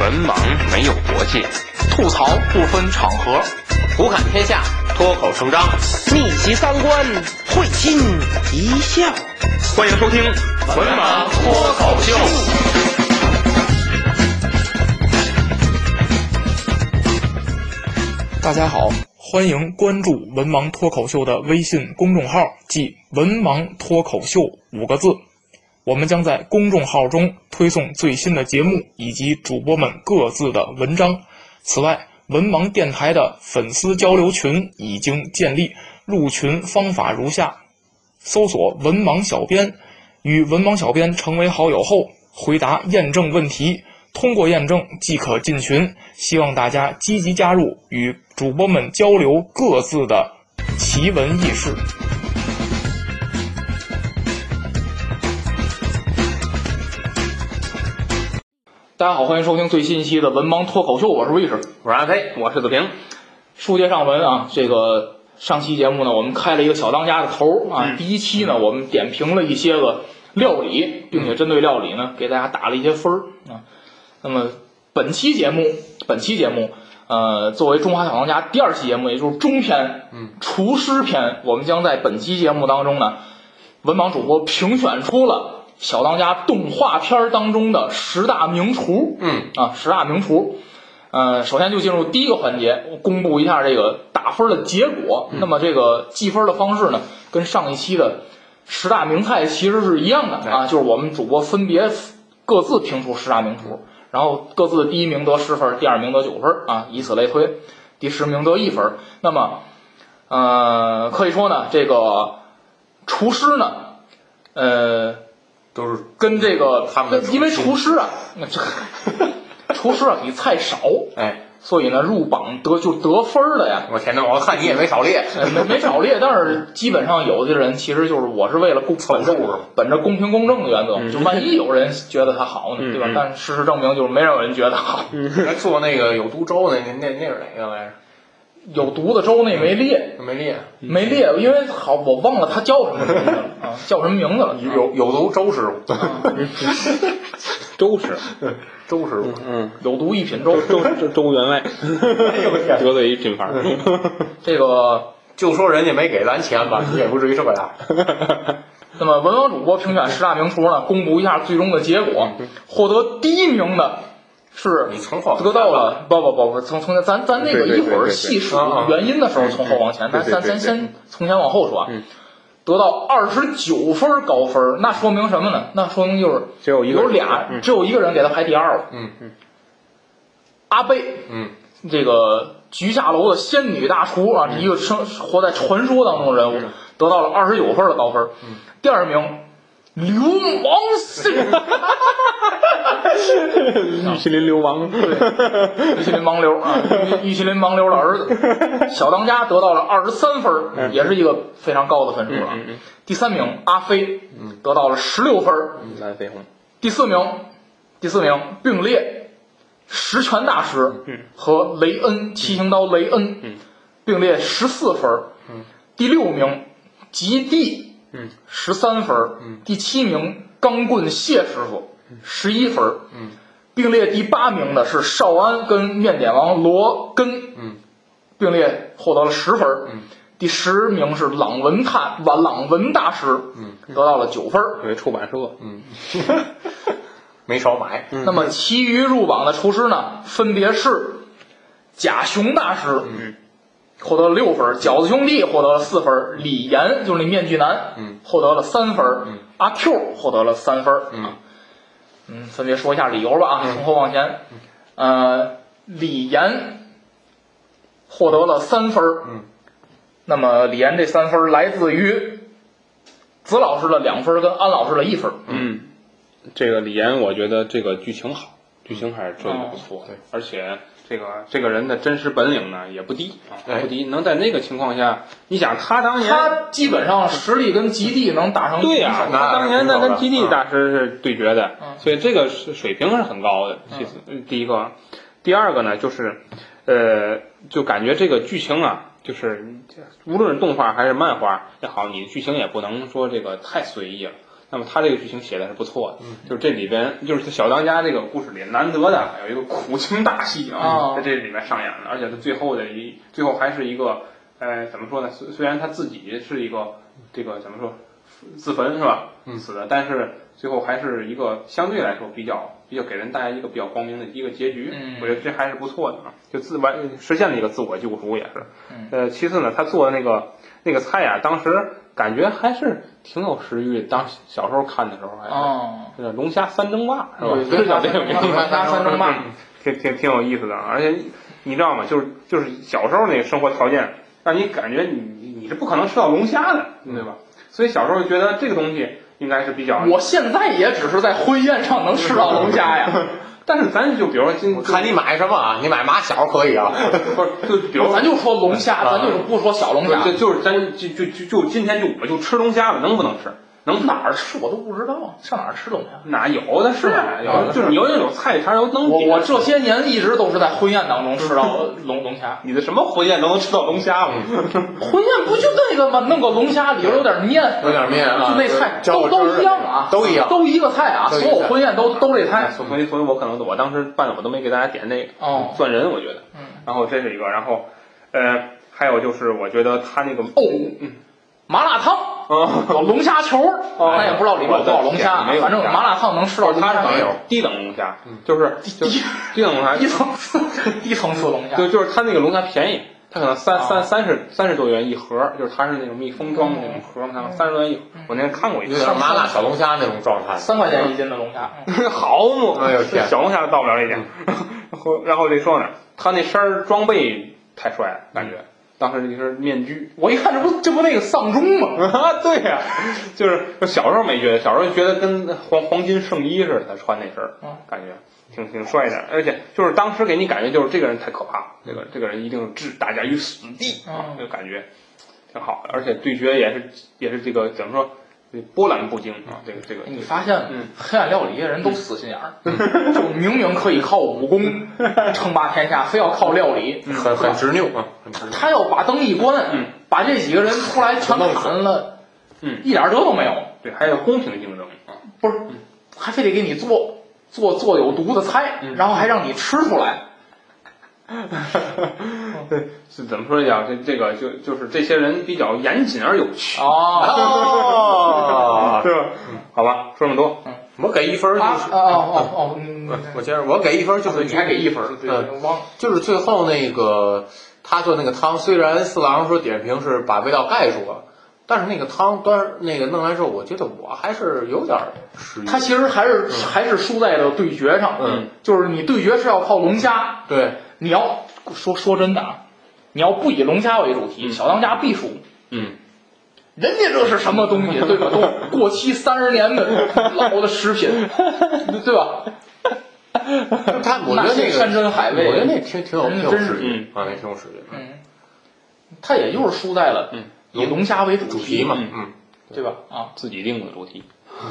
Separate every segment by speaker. Speaker 1: 文盲没有国界，
Speaker 2: 吐槽不分场合，
Speaker 3: 胡侃天下，
Speaker 1: 脱口成章，
Speaker 4: 逆袭三观，会心一笑。
Speaker 1: 欢迎收听《文盲脱口秀》。
Speaker 2: 大家好，欢迎关注“文盲脱口秀”的微信公众号，即“文盲脱口秀”五个字。我们将在公众号中推送最新的节目以及主播们各自的文章。此外，文盲电台的粉丝交流群已经建立，入群方法如下：搜索“文盲小编”，与文盲小编成为好友后，回答验证问题，通过验证即可进群。希望大家积极加入，与主播们交流各自的奇闻异事。大家好，欢迎收听最新一期的《文盲脱口秀》，我是卫士。
Speaker 3: 我是阿飞，我是子平。
Speaker 2: 书接上文啊，这个上期节目呢，我们开了一个小当家的头儿啊。第一期呢，我们点评了一些个料理，并且针对料理呢，给大家打了一些分儿啊。那么本期节目，本期节目，呃，作为《中华小当家》第二期节目，也就是中篇，嗯，厨师篇，我们将在本期节目当中呢，文盲主播评选出了小当家动画片儿当中的十大名厨，
Speaker 3: 嗯
Speaker 2: 啊，十大名厨。呃，首先就进入第一个环节，我公布一下这个打分的结果。那么这个计分的方式呢，跟上一期的十大名菜其实是一样的啊，就是我们主播分别各自评出十大名厨，然后各自第一名得十分，第二名得九分啊，以此类推，第十名得一分。那么，呃，可以说呢，这个厨师呢，呃，
Speaker 3: 都是
Speaker 2: 跟这个
Speaker 3: 他们的
Speaker 2: 因为
Speaker 3: 厨师
Speaker 2: 厨师啊， 那这 厨师啊比菜少，
Speaker 3: 哎，
Speaker 2: 所以呢，入榜得就得分儿了呀，
Speaker 3: 我天呐，我看你也没少列。
Speaker 2: 呃没没少列，但是基本上有的人其实就是我是为了公本着
Speaker 3: 数是吧
Speaker 2: 本着公平公正的原则，就万一有人觉得他好呢，对吧
Speaker 1: 嗯？
Speaker 2: 但事实证明就是没有人觉得好，
Speaker 3: 还做那个有毒粥那那那那是哪个来
Speaker 2: 有毒的粥那没列，
Speaker 3: 着？没列。
Speaker 2: 没列，因为好我忘了他叫什么名字了啊，叫什么名字了？
Speaker 3: 有有有毒粥师傅，
Speaker 1: 周氏，
Speaker 3: 粥师傅。
Speaker 1: 嗯，
Speaker 2: 有毒一品粥，
Speaker 1: 周周员外，得罪一品牌。
Speaker 2: 这个
Speaker 3: 就说人家没给咱钱吧，你也不至于这样。
Speaker 2: 那么文王主播评选十大名厨呢，公布一下最终的结果，获得第一名的是
Speaker 3: 你从后
Speaker 2: 得到了不不不不，从从咱咱那个
Speaker 1: 对对
Speaker 2: 一
Speaker 1: 对
Speaker 2: 会儿
Speaker 1: 对对
Speaker 2: 细数
Speaker 3: 啊啊
Speaker 2: 原因的时候从后往前，咱咱咱先从前往后说啊。得到二十九分高分，那说明什么呢？那说明就是
Speaker 1: 只有一个人嗯
Speaker 2: 有俩，只有一个人给他排第二了。
Speaker 3: 嗯
Speaker 2: 嗯，阿贝
Speaker 3: 嗯，
Speaker 2: 这个菊下楼的仙女大厨啊，
Speaker 1: 嗯
Speaker 2: 一个生活在传说当中的人物，得到了二十九分的高分。
Speaker 1: 嗯
Speaker 2: 第二名，流氓性
Speaker 1: 玉麒麟流氓，
Speaker 2: 玉麒麟盲流 啊，玉玉麒麟盲流的儿子，小当家得到了二十三
Speaker 1: 嗯
Speaker 2: 分，也是一个非常高的分数了啊。第三名阿飞
Speaker 1: 嗯
Speaker 2: 得到了十六分，
Speaker 1: 蓝飞鸿，
Speaker 2: 第四名，第四名并列十全大师和雷恩七星刀雷恩，并列十四分儿。第六名极地，十三分儿。第七名钢棍谢师傅，十一分儿。并列第八名的是少安跟面点王罗根，并列获得了十分儿。第十名是朗文探朗朗文大师，得到了九分儿。
Speaker 1: 有一出版社，
Speaker 3: 嗯
Speaker 1: 嗯
Speaker 3: 没少买。
Speaker 2: 那么其余入榜的厨师呢，分别是贾雄大师，获得了六分儿；饺子兄弟获得了四分儿；李岩就是那面具男，获得了三分儿；阿 Q 获得了三分儿。啊嗯，分别说一下理由吧啊，从后往前。呃，李岩获得了三分儿。那么李岩这三分儿来自于子老师的两分儿跟安老师的一分儿。
Speaker 1: 嗯，这个李岩，我觉得这个剧情好，剧情还是设计的不错的
Speaker 3: 嗯，
Speaker 1: 而且这个这个人的真实本领呢也不低啊，
Speaker 3: 哎
Speaker 1: 不低，能在那个情况下，你想他当年。
Speaker 2: 他基本上实力跟极地能打成平
Speaker 1: 对呀、
Speaker 2: 手
Speaker 3: 那
Speaker 1: 他当年在跟基地
Speaker 3: 嗯
Speaker 1: 大师是对决的，
Speaker 2: 嗯
Speaker 1: 所以这个是水平是很高的。其次，第一个，啊第二个呢，就是，呃，就感觉这个剧情啊，就是无论是动画还是漫画也好，你的剧情也不能说这个太随意了。那么他这个剧情写的是不错的，就是这里边就是小当家这个故事里难得的有一个苦情大戏啊，
Speaker 2: 哦
Speaker 1: 在这里面上演了，而且他最后的一最后还是一个呃怎么说呢？虽虽然他自己是一个这个怎么说自焚是吧？
Speaker 3: 嗯
Speaker 1: 死的，但是最后还是一个相对来说比较比较给人带来一个比较光明的一个结局，
Speaker 2: 嗯
Speaker 1: 我觉得这还是不错的啊，就自完实现了一个自我救赎也是。
Speaker 2: 嗯
Speaker 1: 呃，其次呢，他做的那个那个菜啊，当时感觉还是挺有食欲的，当小时候看的时候还是。
Speaker 2: 哦，
Speaker 1: 这个龙虾三蒸霸是吧？
Speaker 2: 对
Speaker 1: 是叫这个名字
Speaker 2: 龙
Speaker 1: 吗，
Speaker 2: 虾三蒸霸
Speaker 1: 嗯， 挺挺挺有意思的。啊而且你知道吗？就是就是小时候那个生活条件，让你感觉你你是不可能吃到龙虾的，对吧？所以小时候就觉得这个东西应该是比较，
Speaker 2: 我现在也只是在婚宴上能吃到龙虾呀，
Speaker 1: 但是咱就比如说今
Speaker 3: 我看你买什么啊？你买马小可以啊？
Speaker 1: 不是就 比如说啊
Speaker 2: 咱就说龙虾，咱就不说小龙虾，
Speaker 1: 就就是咱就就就就今天就我就吃龙虾了，能不能吃？能
Speaker 2: 哪儿吃我都不知道，上哪儿吃龙虾？
Speaker 1: 哪有的
Speaker 2: 是
Speaker 1: 是
Speaker 2: 啊
Speaker 1: 有的就是有那种菜摊儿都能
Speaker 2: 我
Speaker 1: 点
Speaker 2: 我这些年一直都是在婚宴当中 吃到龙龙虾，
Speaker 1: 你的什么婚宴都能吃到龙
Speaker 2: 嗯
Speaker 1: 虾吗？
Speaker 2: 婚宴不就那个吗？弄个龙虾，里边有点面，
Speaker 3: 有点面啊
Speaker 2: 就那菜
Speaker 3: 就
Speaker 2: 都都一样啊，
Speaker 3: 都一样
Speaker 2: 都一个菜啊，
Speaker 3: 都
Speaker 2: 所
Speaker 3: 一个菜
Speaker 2: 有婚宴 都都这菜。
Speaker 1: 所以所以我可能我当时办的我都没给大家点那个
Speaker 2: 哦
Speaker 1: 算人，我觉得。
Speaker 2: 嗯
Speaker 1: 然后这是一个，然后呃还有就是我觉得他那个
Speaker 2: 哦，麻辣烫，
Speaker 1: 啊，
Speaker 2: 有龙虾球，咱也不知道里边有多少龙虾啊
Speaker 1: 哎没，有
Speaker 2: 反正麻辣烫能吃到龙
Speaker 1: 他
Speaker 2: 虾
Speaker 1: 是
Speaker 3: 没有
Speaker 1: 低等龙虾，就是就是低等龙虾，
Speaker 2: 啊一层次一层次龙虾。
Speaker 1: 对，就是它那个龙虾便宜，它可能三
Speaker 2: 啊
Speaker 1: 三三十三十多元一盒，就是它是那种密封装的那种盒嘛，三十多元一盒。我那天看过一
Speaker 3: 有
Speaker 1: 次，
Speaker 3: 点麻辣小龙虾那种状态。
Speaker 2: 三块钱一斤的龙虾，嗯
Speaker 1: 好嘛，
Speaker 3: 哎呦天
Speaker 1: 小龙虾都到不了这点。 然后然后这说呢，他那身儿装备太帅了，感觉当时那身面具。
Speaker 2: 我一看这不这不那个丧钟吗？
Speaker 1: 啊，对呀、就是就小时候没觉得，小时候觉得跟黄黄金圣衣似的，他穿那身儿
Speaker 2: 嗯，
Speaker 1: 感觉挺挺帅的，而且就是当时给你感觉就是这个人太可怕了，这个这个人一定置大家于死地啊
Speaker 2: 嗯，
Speaker 1: 这个感觉挺好的，而且对决也是也是这个怎么说，波澜不惊啊，这个这个
Speaker 2: 哎你发现
Speaker 1: 嗯
Speaker 2: 黑暗料理人都死心眼儿，就明明可以靠武功称霸天下，非要靠料理。
Speaker 3: 很很执拗啊，很执拗。
Speaker 2: 他要把灯一关，
Speaker 1: 嗯
Speaker 2: 把这几个人出来全
Speaker 3: 弄死
Speaker 2: 砍了，
Speaker 1: 嗯
Speaker 2: 一点辙都没有。
Speaker 1: 对，还有公平竞争啊，
Speaker 2: 不是，还非得给你做做做有毒的菜，
Speaker 1: 嗯
Speaker 2: 然后还让你吃出来。
Speaker 1: 对，是怎么说呀？这这个就就是这些人比较严谨而有 趣，
Speaker 2: 哦，
Speaker 3: 哦，
Speaker 1: 对吧？好吧，说这么多，
Speaker 3: 我给一分儿
Speaker 2: 啊
Speaker 3: 就是
Speaker 2: 哦，哦哦，嗯
Speaker 3: 我 我接着，我给一分儿就是
Speaker 2: 你还给一分儿，对，
Speaker 3: 嗯
Speaker 2: 忘了。
Speaker 3: 就是最后那个他做那个汤，虽然四郎说点评是把味道盖住了，但是那个汤端那个弄来之后，我觉得我还是有点儿失意。
Speaker 2: 他其实还是还是输在了对决上，
Speaker 3: 嗯，
Speaker 2: 就是你对决是要靠龙虾，
Speaker 3: 对，
Speaker 2: 你要说说真的啊，你要不以龙虾为主题，小当家必输。
Speaker 1: 嗯，
Speaker 2: 人家这是什么东西，对吧？ 都过期三十年的老的食品，对吧？
Speaker 3: 他 我觉得那
Speaker 2: 那些山
Speaker 3: 个，
Speaker 2: 珍海味，
Speaker 3: 我觉得那挺挺有挺有
Speaker 2: 真是
Speaker 3: 实
Speaker 1: 嗯
Speaker 3: 力啊，那挺有实力。
Speaker 2: 嗯，他也就是输在了
Speaker 1: 嗯
Speaker 2: 以龙虾为主
Speaker 3: 主题
Speaker 2: 题，
Speaker 3: 嘛，
Speaker 1: 嗯
Speaker 3: 嗯，
Speaker 2: 对吧？啊，
Speaker 1: 自己定的主题，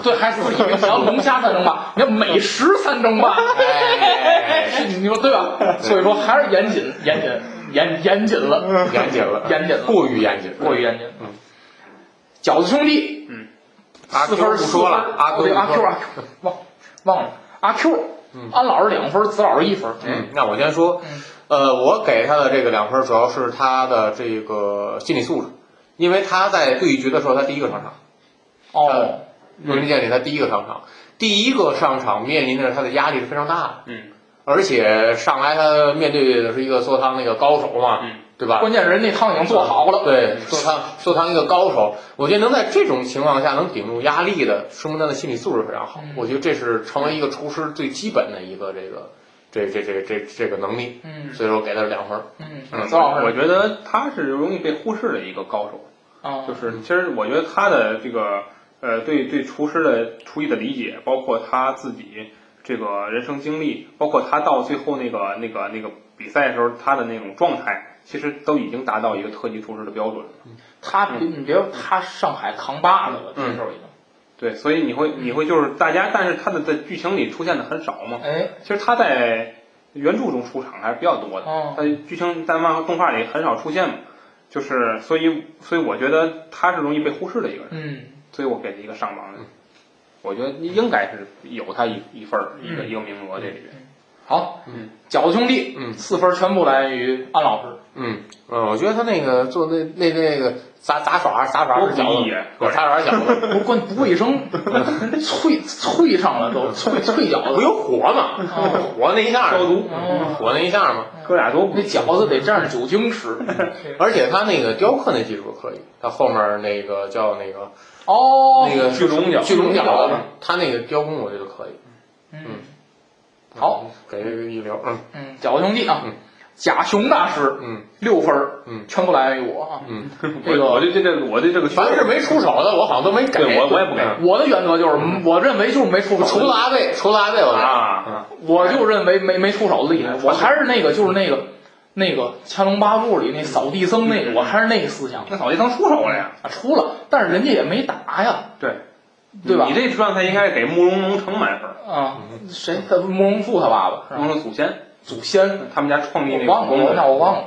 Speaker 2: 对，还是以为你要龙虾三争霸，你要美食三争霸，
Speaker 3: 哎
Speaker 2: 你说对 吧？所以说还是严谨，严谨，严严谨了，
Speaker 3: 严谨了，
Speaker 2: 严谨了
Speaker 3: 过于严谨，
Speaker 2: 过于严谨。嗯，饺子兄弟，
Speaker 1: 嗯，
Speaker 3: 阿
Speaker 2: 四
Speaker 3: Q
Speaker 2: 分儿
Speaker 3: 不说了
Speaker 2: 四分儿
Speaker 3: 阿
Speaker 2: 哦对
Speaker 3: Q
Speaker 2: 阿
Speaker 3: 不
Speaker 2: Q
Speaker 3: 说
Speaker 2: 阿 Q 忘忘了阿 Q，安老师两分儿，子老师一分儿。
Speaker 3: 嗯，那我先说，呃，我给他的这个两分儿主要是他的这个心理素质，因为他在对局的时候，他第一个上场，
Speaker 2: 哦，
Speaker 3: 嗯文理建里他第一个上场，第一个上场面临着他的压力是非常大的，
Speaker 1: 嗯，
Speaker 3: 而且上来他面对的是一个做汤那个高手嘛，
Speaker 1: 嗯
Speaker 3: 对吧？
Speaker 2: 关键人那汤已经做好了。
Speaker 3: 对，做汤做汤一个高手，我觉得能在这种情况下能顶住压力的，说明他的心理素质非常好
Speaker 2: 嗯。
Speaker 3: 我觉得这是成为一个厨师最基本的一个这个这这这这这个能力，
Speaker 2: 嗯
Speaker 3: 所以说我给他两分儿。
Speaker 2: 嗯，
Speaker 1: 嗯
Speaker 2: 子老师，
Speaker 1: 我觉得他是容易被忽视的一个高手，
Speaker 2: 啊
Speaker 1: 就是其实我觉得他的这个呃对对厨师的厨艺的理解，包括他自己这个人生经历，包括他到最后那个那个那个比赛的时候他的那种状态，其实都已经达到一个特级厨师的标准了。
Speaker 2: 他别
Speaker 3: 嗯
Speaker 2: 你别他上海扛把子了，这时候已经。
Speaker 1: 对，所以你会你会就是大家，但是他的在剧情里出现的很少嘛。
Speaker 2: 哎，
Speaker 1: 其实他在原著中出场还是比较多的，
Speaker 2: 哦
Speaker 1: 他剧情在漫画动画里很少出现嘛，就是所以所以我觉得他是容易被忽视的一个人，
Speaker 2: 嗯，
Speaker 1: 所以我给他一个上榜的。我觉得应该是有他一一份儿一
Speaker 2: 嗯
Speaker 1: 个一个名额这里边。好，
Speaker 3: 嗯，
Speaker 1: 饺子兄弟，
Speaker 3: 嗯
Speaker 1: 四分全部来源于安老师，
Speaker 3: 嗯嗯，我觉得他那个做那那那个杂杂耍杂耍
Speaker 1: 多
Speaker 3: 是
Speaker 1: 不
Speaker 3: 饺
Speaker 1: 易
Speaker 3: 子，
Speaker 1: 呀！
Speaker 3: 我杂耍是饺 子，
Speaker 2: 不关不卫生，脆脆上了都脆脆 饺
Speaker 3: 不
Speaker 2: 子。
Speaker 3: 有火嘛，
Speaker 2: 哦
Speaker 3: 火那一下嘛
Speaker 1: 消毒
Speaker 2: 哦
Speaker 3: 火那一下嘛，
Speaker 1: 嗯哥俩多不
Speaker 2: 那饺子得蘸着酒精吃。
Speaker 3: 而且他那个雕刻那技术可以，他后面那个叫那个
Speaker 2: 哦，
Speaker 3: 那个
Speaker 1: 聚呃龙饺
Speaker 3: 聚龙
Speaker 2: 聚龙饺
Speaker 3: 饺
Speaker 2: 子
Speaker 3: 子，他那个雕工我觉得可以，
Speaker 2: 嗯
Speaker 3: 好，给一流，嗯
Speaker 2: 嗯，饺子兄弟啊
Speaker 3: 嗯，
Speaker 2: 贾雄大师
Speaker 3: 嗯，
Speaker 2: 六分儿，
Speaker 3: 嗯
Speaker 2: 全部来源于我啊。
Speaker 3: 嗯，
Speaker 2: 这个
Speaker 1: 我对这个我对这个
Speaker 3: 凡是没出手的我好像都没给，
Speaker 1: 对我我也不给
Speaker 2: 我的原则就是，我认为就是没出手，
Speaker 3: 除了阿贝，除了阿贝
Speaker 2: 嗯
Speaker 3: 我拿，
Speaker 1: 啊，
Speaker 2: 我就认为没没出手厉害，我还是那个就是那个那个《乾隆八部》里那扫地僧那个，我还是那个思想
Speaker 1: 那扫地僧出手了呀，
Speaker 2: 啊，出了，但是人家也没打呀，
Speaker 1: 对
Speaker 2: 对吧
Speaker 1: 你？这状态应该给慕容农城满分儿，
Speaker 2: 啊，谁他慕容复他爸爸是
Speaker 1: 慕
Speaker 2: 吧？
Speaker 1: 容祖先
Speaker 2: 祖先，
Speaker 1: 他们家创嗯立
Speaker 2: 我
Speaker 1: 那个
Speaker 2: 忘
Speaker 1: 宫
Speaker 2: 了，那
Speaker 1: 的，
Speaker 2: 我忘了。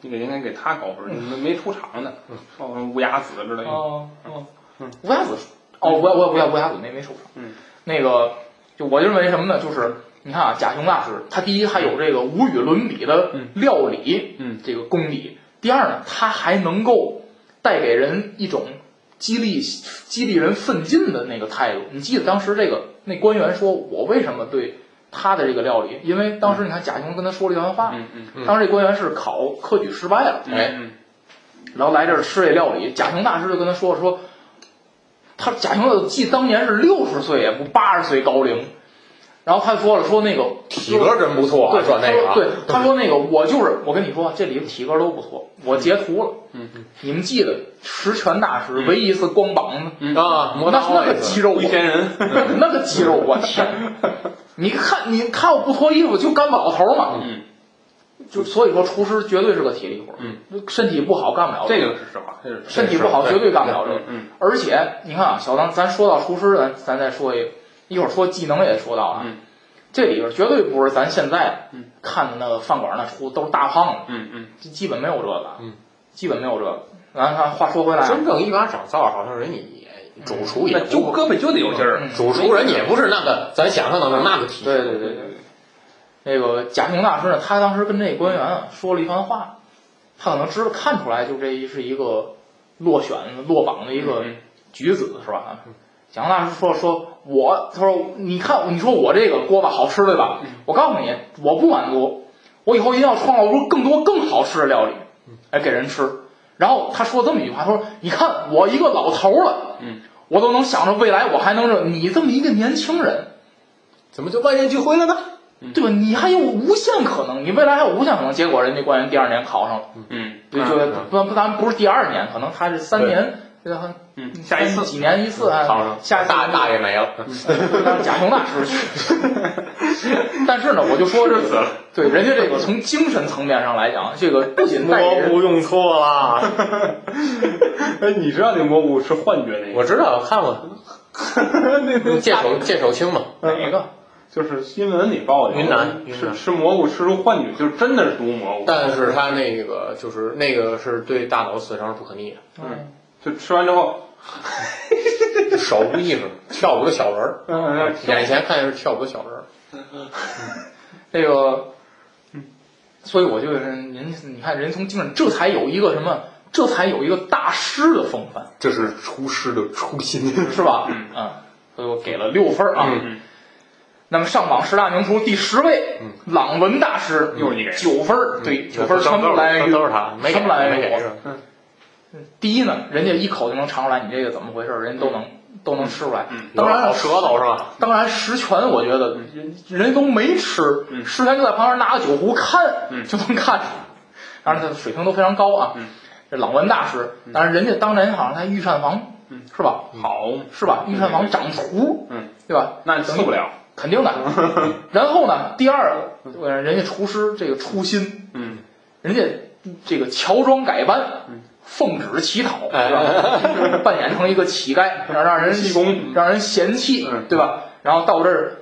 Speaker 1: 你得应该给他高分儿，没没出场的，哦，乌鸦子之类的，
Speaker 2: 嗯哦哦，乌鸦子，哦，乌鸦乌鸦乌鸦乌鸦子没没受伤。
Speaker 1: 嗯，
Speaker 2: 那个就我认为什么呢？就是你看啊，贾雄大师，他第一还有这个无与伦比的
Speaker 1: 嗯
Speaker 2: 料理，
Speaker 1: 嗯，
Speaker 2: 这个功底。第二呢，他还能够带给人一种激励激励人奋进的那个态度。你记得当时这个那官员说，我为什么对他的这个料理？因为当时你看贾雄跟他说了一段话，
Speaker 1: 嗯嗯
Speaker 3: 嗯
Speaker 2: 当时这官员是考科举失败了，
Speaker 1: 嗯，
Speaker 2: 哎，
Speaker 1: 嗯，
Speaker 2: 然后来这儿吃这料理，贾雄大师就跟他说说，他贾雄记当年是六十岁也不八十岁高龄，然后他说了说那个
Speaker 3: 体格真不错啊，
Speaker 2: 对
Speaker 3: 说那个啊，
Speaker 2: 对，他说那个我就是我跟你说，这里头体格都不错，我截图了，
Speaker 1: 嗯嗯，
Speaker 2: 你们记得十全大师唯一一次光膀子，
Speaker 3: 啊，嗯磨
Speaker 2: 那
Speaker 3: 刀
Speaker 2: 那
Speaker 3: 那
Speaker 2: 个
Speaker 3: 个，嗯
Speaker 2: 肌肉
Speaker 1: 龟
Speaker 2: 啊，
Speaker 1: 仙人，
Speaker 2: 那个 那个肌肉，我天！你看你看我不脱衣服就干不了头嘛，
Speaker 1: 嗯，
Speaker 2: 就所以说厨师绝对是个体力活，
Speaker 1: 嗯，
Speaker 2: 身体不好干不了，
Speaker 1: 这个是实话，这是
Speaker 2: 身体不好
Speaker 3: 对
Speaker 2: 绝对干不了这个
Speaker 1: 嗯。嗯
Speaker 2: 而且你看啊，小张，咱说到厨师，咱咱再说一个，一会儿说技能也说到啊，
Speaker 1: 嗯
Speaker 2: 这里边绝对不是咱现在
Speaker 1: 嗯
Speaker 2: 看的那个饭馆那厨都是大胖
Speaker 1: 嗯嗯，
Speaker 2: 子，基本没有这个，
Speaker 3: 嗯，
Speaker 2: 基本没有这个。咱看，话说回来啊，
Speaker 3: 真正一把掌灶好像人也主厨也
Speaker 1: 那就
Speaker 3: 不
Speaker 1: 胳膊就得有劲儿，
Speaker 2: 嗯
Speaker 3: 主厨人也不是那个咱想象的那个体，
Speaker 2: 对对对对对，那个贾平大师呢，他当时跟这官员啊说了一番话，他可能知道看出来，就这是一个落选落榜的一个
Speaker 1: 嗯
Speaker 2: 举子是吧？蒋大师说说，我他说你看，你说我这个锅巴好吃对吧？
Speaker 1: 嗯
Speaker 2: 我告诉你，我不满足，我以后一定要创造出更多更好吃的料理
Speaker 1: 嗯
Speaker 2: 来给人吃。然后他说这么一句话，他说：“你看我一个老头儿了，
Speaker 1: 嗯，
Speaker 2: 我都能想着未来我还能这，你这么一个年轻人，
Speaker 3: 怎么就万念俱灰了呢？
Speaker 1: 嗯
Speaker 2: 对吧？你还有无限可能，你未来还有无限可能。结果人家官员第二年考上了，
Speaker 1: 嗯，
Speaker 2: 就就不不，咱们不是第二年，可能他是三年，呃
Speaker 1: 嗯，下一次嗯
Speaker 2: 几年一次啊，
Speaker 3: 考上
Speaker 2: 下一次
Speaker 3: 大大爷没了，
Speaker 2: 贾雄大师。但是呢，我就说这
Speaker 1: 死了
Speaker 2: 个，对人家这个从精神层面上来讲，这个不仅带给
Speaker 3: 蘑
Speaker 2: 人
Speaker 3: 菇用错了，
Speaker 1: 哎，你知道那蘑菇是幻觉那 个？
Speaker 3: 我知道，我看过，借手借手青嘛，
Speaker 1: 嗯
Speaker 2: 哪个，
Speaker 1: 就是新闻里报的，
Speaker 3: 云南云
Speaker 1: 吃
Speaker 3: 南
Speaker 1: 吃蘑菇吃出幻觉，就是真的是毒蘑菇，
Speaker 3: 但是他那个就是那个是对大脑损伤是不可逆
Speaker 1: 嗯，就吃完之后，
Speaker 3: 的，手无意识跳舞的小人儿，
Speaker 1: 嗯，
Speaker 3: 眼前看见是跳舞的小人儿，
Speaker 2: 这个，
Speaker 1: 嗯
Speaker 2: 所以我就是人，你看人从精神，这才有一个什么，这才有一个大师的风范。
Speaker 3: 这是厨师的初心，
Speaker 2: 是吧？嗯，所以我给了六分儿啊。
Speaker 3: 嗯
Speaker 1: 嗯
Speaker 2: 那么上榜十大名厨第十位，朗文大师，
Speaker 1: 又是嗯你给的
Speaker 2: 九分儿，对，九分儿全
Speaker 3: 全
Speaker 2: 部
Speaker 3: 都
Speaker 2: 来源于
Speaker 3: 都是他，没
Speaker 2: 全部来源
Speaker 3: 没
Speaker 2: 于
Speaker 3: 给
Speaker 2: 我。第一呢，人家一口就能尝出来你这个怎么回事儿，人家都能都能吃出来。
Speaker 1: 嗯
Speaker 2: 当然
Speaker 3: 好，舌头是吧？
Speaker 2: 当然十全我觉得人人家都没吃，
Speaker 1: 嗯
Speaker 2: 十全就在旁边拿个酒壶看，
Speaker 1: 嗯
Speaker 2: 就能看出。当然，他的水平都非常高啊。
Speaker 1: 嗯
Speaker 2: 这朗文大师，当然人家当年好像在御膳房，
Speaker 1: 嗯
Speaker 2: 是吧？
Speaker 1: 好，
Speaker 2: 是吧？御膳房掌厨，
Speaker 1: 嗯，
Speaker 2: 对吧？
Speaker 1: 那你受不了，
Speaker 2: 肯定 的。然后呢，第二个，呃人家厨师这个初心，
Speaker 1: 嗯，
Speaker 2: 人家这个乔装改扮，
Speaker 3: 嗯
Speaker 2: 奉旨乞讨，
Speaker 3: 哎
Speaker 2: 对吧？扮演成一个乞 丐，让让人
Speaker 1: 济公
Speaker 2: 让人嫌弃
Speaker 1: 嗯，
Speaker 2: 对吧？然后到这儿，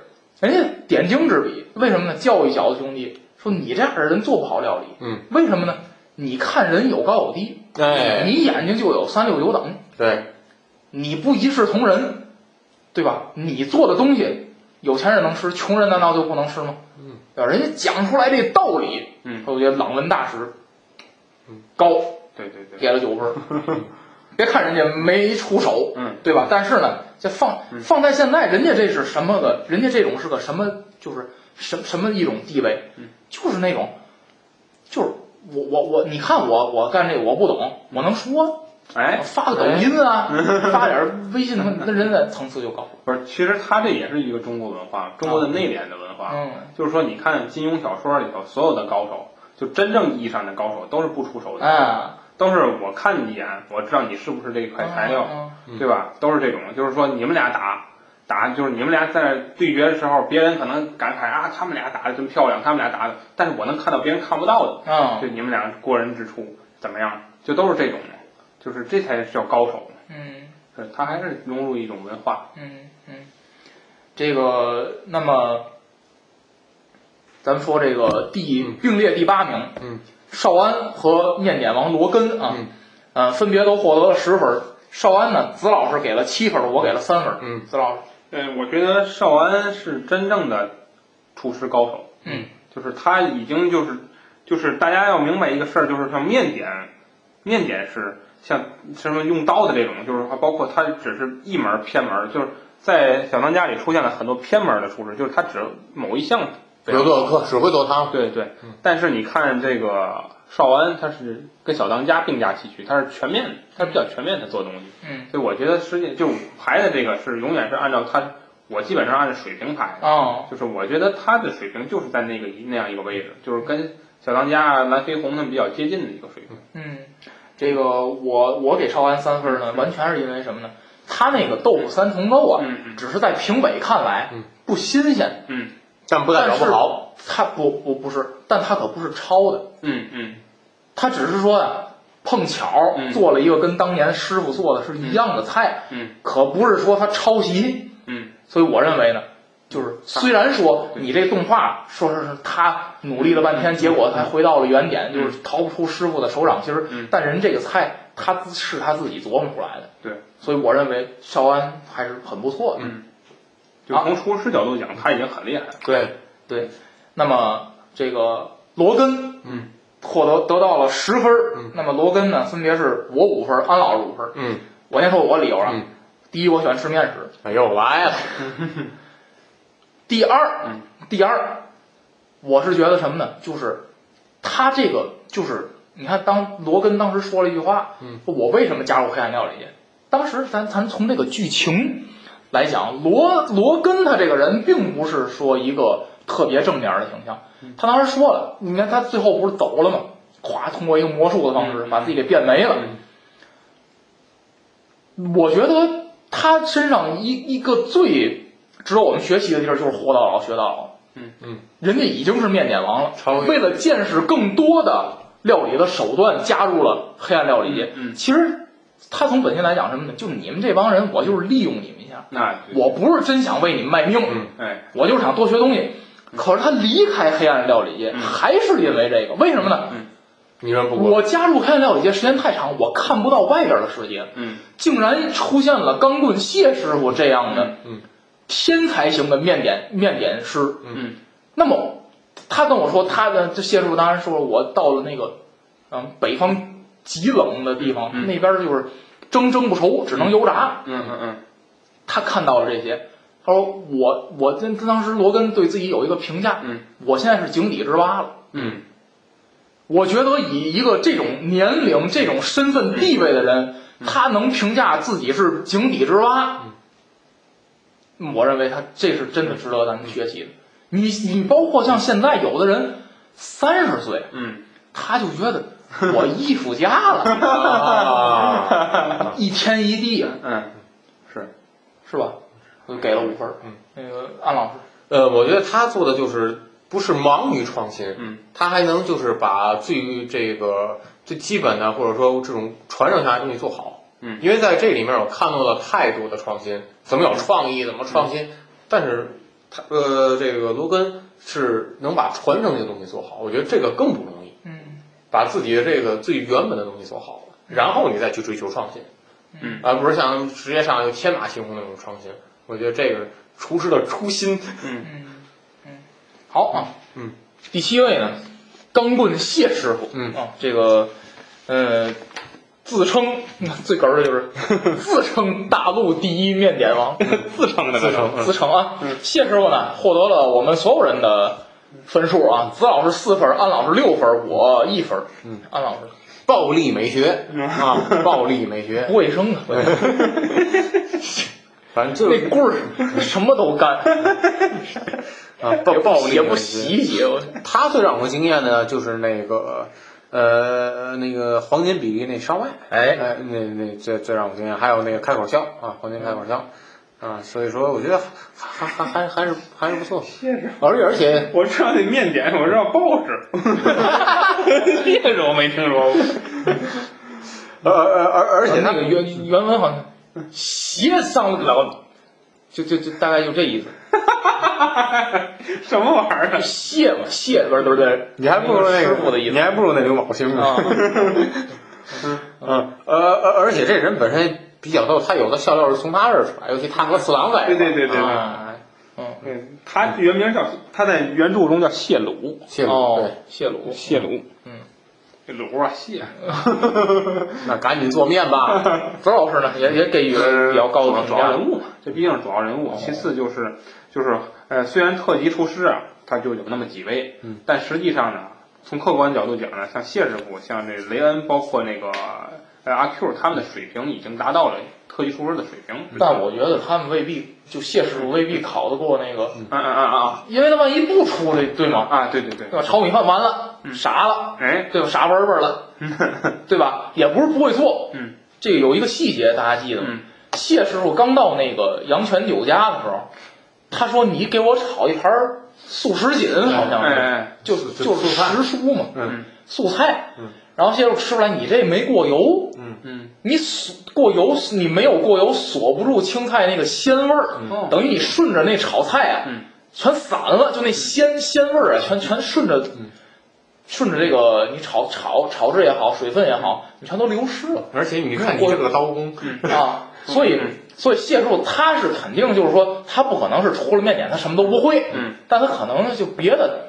Speaker 2: 人家点睛之笔，为什么呢？教育小子兄弟说你这样的人做不好料理，
Speaker 3: 嗯，
Speaker 2: 为什么呢？你看人有高有低，
Speaker 3: 哎，
Speaker 2: 你眼睛就有三六九等，
Speaker 3: 对，
Speaker 2: 你不一视同仁，对吧？你做的东西，有钱人能吃，穷人难道就不能吃吗？
Speaker 3: 嗯，
Speaker 2: 对吧？人家讲出来这道理，
Speaker 1: 嗯
Speaker 2: 我觉得朗文大师
Speaker 3: 嗯，
Speaker 2: 高
Speaker 1: 对对对，
Speaker 2: 给了九 分儿。别看人家没出手，
Speaker 1: 嗯，
Speaker 2: 对吧？但是呢，这放
Speaker 1: 嗯
Speaker 2: 放在现在，人家这是什么个？人家这种是个什么？就是什什么一种地位？
Speaker 1: 嗯，
Speaker 2: 就是那种，就是我我我，你看我我干这个我不懂，我能说，
Speaker 1: 哎
Speaker 2: 我，发个抖音啊，发点微信，那人家层次就高。
Speaker 1: 不是，其实他这也是一个中国文化，中国的内敛的文化。
Speaker 2: 嗯，
Speaker 1: 就是说，你看金庸小说里头所有的高手，就真正意义上的高手都是不出手的，
Speaker 2: 啊，
Speaker 1: 都是我看你一眼，我知道你是不是这块材料。
Speaker 2: 嗯
Speaker 3: 嗯
Speaker 1: 对吧？都是这种，就是说你们俩打打，就是你们俩在那对决的时候，别人可能感慨啊，他们俩打的真漂亮，他们俩打的，但是我能看到别人看不到的，
Speaker 2: 嗯
Speaker 1: 就你们俩过人之处怎么样？就都是这种，就是这才叫高手，
Speaker 2: 嗯。
Speaker 1: 是他还是融入一种文化。
Speaker 2: 嗯，嗯，这个，那么，咱们说这个第
Speaker 3: 嗯
Speaker 2: 并列第八名，
Speaker 3: 嗯，
Speaker 2: 少安和面点王罗根啊，
Speaker 3: 嗯
Speaker 2: 呃，分别都获得了十分。少安呢，子老师给了七分，我给了三分。
Speaker 3: 嗯，
Speaker 2: 子老师，
Speaker 1: 嗯，我觉得少安是真正的厨师高手，
Speaker 2: 嗯，
Speaker 1: 就是他已经就是就是大家要明白一个事儿，就是像面点，面点是像什么用刀的这种，就是还包括他只是一门儿偏门儿，就是在小当家里出现了很多偏门儿的厨师，就是他只某一项非
Speaker 3: 刘
Speaker 1: 常
Speaker 3: 做客只会做汤，
Speaker 1: 对对
Speaker 3: 嗯，
Speaker 1: 但是你看这个少安，他是跟小当家并驾齐驱，他是全面的，他是比较全面的做东西。
Speaker 2: 嗯，
Speaker 1: 所以我觉得实际就排的这个是永远是按照他，我基本上按照水平排的。
Speaker 2: 哦，
Speaker 1: 就是我觉得他的水平就是在那个一那样一个位置，就是跟小当家啊、蓝飞鸿他们比较接近的一个水平。
Speaker 2: 嗯，这个我我给少安三分呢，完全是因为什么呢？他那个豆腐三重奏啊，
Speaker 1: 嗯
Speaker 2: 只是在评委看来
Speaker 3: 嗯
Speaker 2: 不新鲜，
Speaker 1: 嗯
Speaker 3: 但不代表不好。
Speaker 2: 他不不不是，但他可不是抄的，
Speaker 1: 嗯嗯
Speaker 2: 他只是说啊，碰巧
Speaker 1: 嗯
Speaker 2: 做了一个跟当年师傅做的是一样的菜，
Speaker 1: 嗯
Speaker 2: 可不是说他抄袭。
Speaker 1: 嗯
Speaker 2: 所以我认为呢，就是虽然说你这动画说是他努力了半天，结果才回到了原点，就是逃不出师傅的手掌心儿
Speaker 1: 嗯，
Speaker 2: 但人这个菜他自是他自己琢磨出来的。
Speaker 1: 对，
Speaker 2: 所以我认为少安还是很不错的。
Speaker 1: 嗯，就从厨师角度讲，他已经很厉害了。
Speaker 3: 对，
Speaker 2: 对，那么这个罗根，
Speaker 3: 嗯，
Speaker 2: 获得得到了十分儿。
Speaker 3: 嗯
Speaker 2: 那么罗根呢，分别是我五分儿，安老师五分儿。
Speaker 3: 嗯，
Speaker 2: 我先说我理由啊，
Speaker 3: 嗯
Speaker 2: 第一，我喜欢吃面食；
Speaker 3: 哎又来了，
Speaker 2: 第二，
Speaker 1: 嗯
Speaker 2: 第二，我是觉得什么呢？就是他这个就是你看当，罗根当时说了一句话，
Speaker 3: 嗯，
Speaker 2: 我为什么加入黑暗料理界？当时咱咱从这个剧情来讲，罗罗根他这个人并不是说一个特别正面的形象，他当时说了，你看他最后不是走了吗？咵，通过一个魔术的方式
Speaker 1: 嗯
Speaker 2: 把自己给变没了。
Speaker 1: 嗯
Speaker 2: 我觉得他身上一一个最值得我们学习的地儿就是活到老学到老。
Speaker 1: 嗯
Speaker 3: 嗯，
Speaker 2: 人家已经是面点王了，
Speaker 3: 超越
Speaker 2: 为了见识更多的料理的手段，加入了黑暗料理界。
Speaker 1: 嗯嗯
Speaker 2: 其实他从本心来讲什么呢？就是你们这帮人，我就是利用你们一下，
Speaker 1: 那就
Speaker 2: 我不是真想为你们卖命，
Speaker 3: 嗯
Speaker 1: 哎
Speaker 2: 我就是想多学东西。可是他离开黑暗料理界，
Speaker 1: 嗯
Speaker 2: 还是因为这个？为什么呢？
Speaker 3: 你认不过
Speaker 2: 我加入黑暗料理界时间太长，我看不到外边的世界了。
Speaker 1: 嗯
Speaker 2: 竟然出现了钢棍谢师傅这样的
Speaker 3: 嗯
Speaker 2: 天才型的面点面点师。
Speaker 1: 嗯
Speaker 2: 那么他跟我说，他的这谢师傅当然说，我到了那个嗯北方极冷的地方，
Speaker 1: 嗯嗯
Speaker 2: 那边就是蒸蒸不熟，只能油炸。
Speaker 1: 嗯嗯
Speaker 2: 他看到了这些，他说我我这当时罗根对自己有一个评价，
Speaker 1: 嗯
Speaker 2: 我现在是井底之蛙了。
Speaker 1: 嗯
Speaker 2: 我觉得以一个这种年龄、这种身份地位的人，他能评价自己是井底之蛙，我认为他这是真的值得咱们学习的。你你包括像现在有的人三十岁，
Speaker 1: 嗯
Speaker 2: 他就觉得我艺术家了，
Speaker 3: 啊？
Speaker 2: 一天一地啊，
Speaker 1: 嗯，是
Speaker 2: 是吧？我就给了五分儿。
Speaker 3: 嗯
Speaker 2: 那个安老师，
Speaker 3: 呃，我觉得他做的就是不是忙于创新，
Speaker 1: 嗯，
Speaker 3: 他还能就是把最这个最基本的或者说这种传承下来的东西做好，
Speaker 1: 嗯
Speaker 3: 因为在这里面我看到了太多的创新，怎么有创意，怎么创
Speaker 1: 嗯
Speaker 3: 新，但是他呃这个罗根是能把传承这个东西做好，我觉得这个更不容易，
Speaker 2: 嗯
Speaker 3: 把自己的这个最原本的东西做好了，然后你再去追求创新，
Speaker 1: 嗯
Speaker 3: 而不是像职业上有天马行空的那种创新。我觉得这个厨师的初心，
Speaker 2: 嗯嗯，好啊，
Speaker 3: 嗯，
Speaker 2: 第七位呢，钢棍谢师傅，
Speaker 3: 嗯
Speaker 2: 啊，这个呃，自称 嗯最哏儿的就是 自称大陆第一面点王，
Speaker 3: 嗯
Speaker 1: 自称的
Speaker 3: 自
Speaker 1: 那
Speaker 3: 称
Speaker 1: 种。
Speaker 2: 自称啊，
Speaker 3: 嗯
Speaker 2: 谢师傅呢获得了我们所有人的分数啊，子老师四分，安老师六分，我一分，
Speaker 3: 嗯，
Speaker 2: 安老师
Speaker 3: 暴力美学啊，暴力美学，
Speaker 2: 不卫生啊，
Speaker 3: 反正就
Speaker 2: 那
Speaker 3: 是
Speaker 2: 棍儿什么都干，
Speaker 3: 啊， 暴暴力
Speaker 2: 也
Speaker 3: 美
Speaker 2: 不
Speaker 3: 学
Speaker 2: 洗一洗，我
Speaker 3: 他最让我惊艳的就是那个呃那个黄金比例那上外，
Speaker 2: 哎
Speaker 3: 哎，那那最最让我惊艳，还有那个开口笑啊，黄金开口笑。啊，所以说我觉得还还还还是还是不错，而且而且
Speaker 1: 我知道那面点，我知道报纸，这个我没听说过。
Speaker 3: 呃呃而而且
Speaker 2: 那
Speaker 3: 那
Speaker 2: 个
Speaker 3: 个
Speaker 2: 原原文好像斜上老，就就就大概就这意思，
Speaker 1: 什么玩意儿
Speaker 2: 就
Speaker 1: 啊？
Speaker 2: 谢嘛谢不是不是不是，
Speaker 3: 呃你还不如那
Speaker 2: 师傅
Speaker 3: 个，
Speaker 2: 的意思
Speaker 3: 你还不如那刘宝兴呢。
Speaker 2: 啊，
Speaker 3: 嗯， 呃，而而且这人本身比较逗，他有的笑料是从他这儿出来，尤其他和次郎在一块儿。
Speaker 1: 对对对对对
Speaker 3: 啊
Speaker 1: 对，嗯他原名叫他在原著中叫谢鲁，
Speaker 3: 谢鲁、
Speaker 2: 哦，谢鲁，
Speaker 1: 谢鲁，
Speaker 2: 嗯，
Speaker 1: 这鲁啊谢，
Speaker 3: 对，那赶紧做面吧。
Speaker 2: 周老师呢也也给予了比较高的评
Speaker 1: 呃主要
Speaker 2: 价，
Speaker 1: 人物嘛，哦这毕竟是主要人物。其次就是就是呃，虽然特级厨师啊，他就有那么几位，
Speaker 3: 嗯，
Speaker 1: 但实际上呢，从客观角度讲呢，像谢师傅、像这雷恩，包括那个呃阿 Q，他们的水平已经达到了特级厨师的水平。
Speaker 2: 但我觉得他们未必就谢师傅未必考得过那个，
Speaker 1: 啊啊啊啊
Speaker 2: 因为他万一不出这对
Speaker 1: 啊
Speaker 2: 吗？
Speaker 1: 啊！对对对，
Speaker 2: 对吧？炒米饭完了，
Speaker 1: 嗯
Speaker 2: 傻了，
Speaker 1: 哎，
Speaker 2: 对吧？傻味味了，对吧？也不是不会做，
Speaker 1: 嗯
Speaker 2: 这个有一个细节大家记得吗？
Speaker 1: 嗯
Speaker 2: 谢师傅刚到那个阳泉酒家的时候，他说：“你给我炒一盘儿素食锦，好像
Speaker 1: 哎
Speaker 2: 是，
Speaker 1: 哎，
Speaker 2: 就是就是食蔬嘛，
Speaker 1: 嗯
Speaker 2: 素菜。
Speaker 3: 嗯”
Speaker 2: 然后谢师傅吃出来，你这没过油，
Speaker 1: 嗯
Speaker 2: 你锁过油，你没有过油，锁不住青菜那个鲜味儿，
Speaker 1: 哦
Speaker 2: 等于你顺着那炒菜啊，
Speaker 1: 嗯
Speaker 2: 全散了，就那鲜鲜味儿啊，全全顺着。
Speaker 1: 嗯
Speaker 2: 顺着这个，你炒炒炒制也好，水分也好，你全都流失了。
Speaker 3: 而且你看你这个刀 工，
Speaker 2: 啊，所以
Speaker 1: 嗯
Speaker 2: 所以谢树他是肯定就是说他不可能是除了面点他什么都不会，
Speaker 1: 嗯，
Speaker 2: 但他可能就别的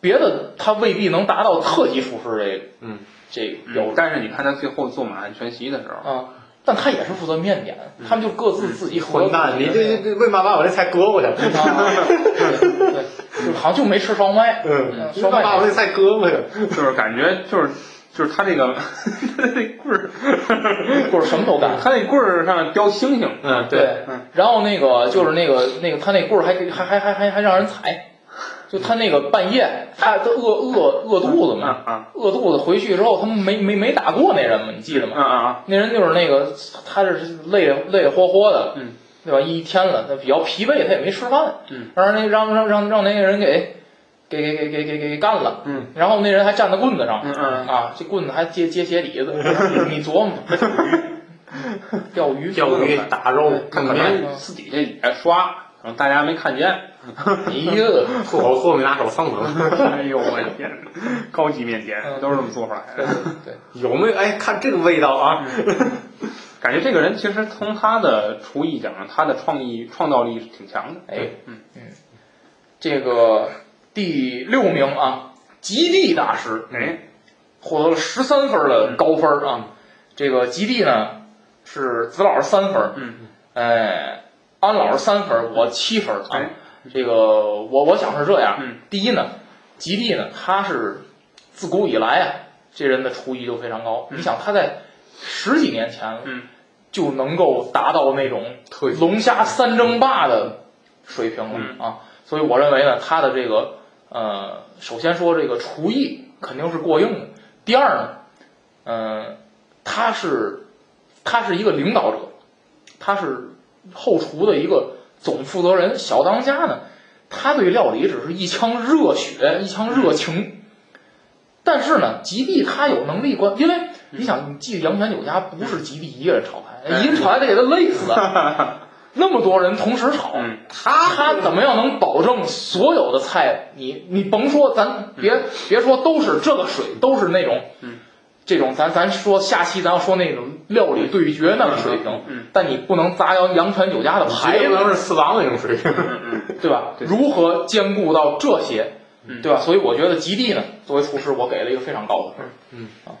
Speaker 2: 别的他未必能达到特级厨师这个
Speaker 3: 嗯
Speaker 2: 这个标
Speaker 1: 有。
Speaker 2: 准
Speaker 1: 但是你看他最后做满汉全席的时候，
Speaker 2: 啊，但他也是负责面点，他们就各自自己负
Speaker 3: 嗯
Speaker 2: 责
Speaker 3: 混蛋！
Speaker 2: 自己
Speaker 3: 你
Speaker 2: 的
Speaker 3: 这这为嘛把我这嗯菜割过去？
Speaker 2: 啊，对对，就好像就没吃烧麦，
Speaker 3: 嗯，你
Speaker 2: 烧
Speaker 3: 干
Speaker 2: 麦
Speaker 3: 嘛把我这菜割过去？
Speaker 1: 就是感觉就是就是他这个 他这棍儿，
Speaker 2: 或者什么都干。
Speaker 1: 他那棍儿上雕星星，
Speaker 3: 嗯，对，
Speaker 2: 对
Speaker 1: 嗯，
Speaker 2: 然后那个就是那个那个他那棍儿还给还还还还还让人踩，就他那个半夜他他饿饿饿肚子
Speaker 3: 嗯
Speaker 1: 啊
Speaker 2: 嘛，
Speaker 1: 啊
Speaker 2: 饿肚子回去之后他们没没没打过那人嘛，你记得
Speaker 1: 啊
Speaker 2: 吗？
Speaker 1: 啊
Speaker 2: 那人就是那个他是累累活活的，
Speaker 1: 嗯，
Speaker 2: 对吧？一天了，他比较疲惫，他也没吃饭，
Speaker 1: 嗯，
Speaker 2: 让那让让让让那个人给给给给给给给干了，
Speaker 1: 嗯，
Speaker 2: 然后那人还站在棍子上，
Speaker 1: 嗯嗯
Speaker 2: 啊，这棍子还接接鞋底子，你琢磨钓鱼
Speaker 3: 钓鱼、打肉、
Speaker 1: 他
Speaker 3: 弄
Speaker 1: 可
Speaker 3: 面，
Speaker 1: 能私底下也刷，可能大家没看见。
Speaker 2: 哎呀。
Speaker 3: 吐口唾沫拿手上疼。
Speaker 1: 哎呦我的天，高级面点
Speaker 2: 嗯
Speaker 1: 都是这么做出来
Speaker 2: 对
Speaker 1: 的。
Speaker 2: 对
Speaker 3: 有没有？哎，看这个味道啊！
Speaker 1: 感觉这个人其实从他的厨艺讲，啊他的创意创造力是挺强的。
Speaker 2: 对，哎，
Speaker 1: 嗯
Speaker 2: 嗯，这个第六名啊，极地大师
Speaker 1: 哎，嗯
Speaker 2: 获得了十三分的高分啊。这个极地呢是子老师三分，
Speaker 1: 嗯，
Speaker 2: 哎，安老师三分，我七分啊
Speaker 1: 哎。
Speaker 2: 这个我我想是这样，
Speaker 1: 嗯
Speaker 2: 第一呢，极地呢他是自古以来啊，这人的厨艺就非常高。
Speaker 1: 嗯
Speaker 2: 你想他在十几年前，
Speaker 1: 嗯，
Speaker 2: 就能够达到那种
Speaker 3: 退
Speaker 2: 龙虾三争霸的水平了、
Speaker 1: 嗯
Speaker 2: 啊。所以我认为呢，他的这个呃，首先说这个厨艺肯定是过硬的。第二呢，呃，他是他是一个领导者，他是后厨的一个总负责人。小当家呢，他对料理只是一腔热血，一腔热情。但是呢，极地他有能力关，因为你想，你记得阳泉酒家不是极地一个人炒菜，一个人炒菜得给他累死啊，那么多人同时炒，
Speaker 1: 嗯
Speaker 2: 他他怎么样能保证所有的菜？你你甭说，咱别别说都是这个水，都是那种
Speaker 1: 嗯
Speaker 2: 这种咱咱说下期咱要说那种料理对决那个水平，
Speaker 1: 嗯
Speaker 2: 但你不能砸扬阳泉酒家的牌
Speaker 3: 还
Speaker 2: 子，
Speaker 3: 能是四郎那种水平。
Speaker 1: 嗯嗯
Speaker 2: 对吧？
Speaker 1: 对
Speaker 2: 如何兼顾到这些
Speaker 1: 嗯，
Speaker 2: 对吧？所以我觉得极地呢，作为厨师，我给了一个非常高的分。
Speaker 3: 嗯
Speaker 2: 啊，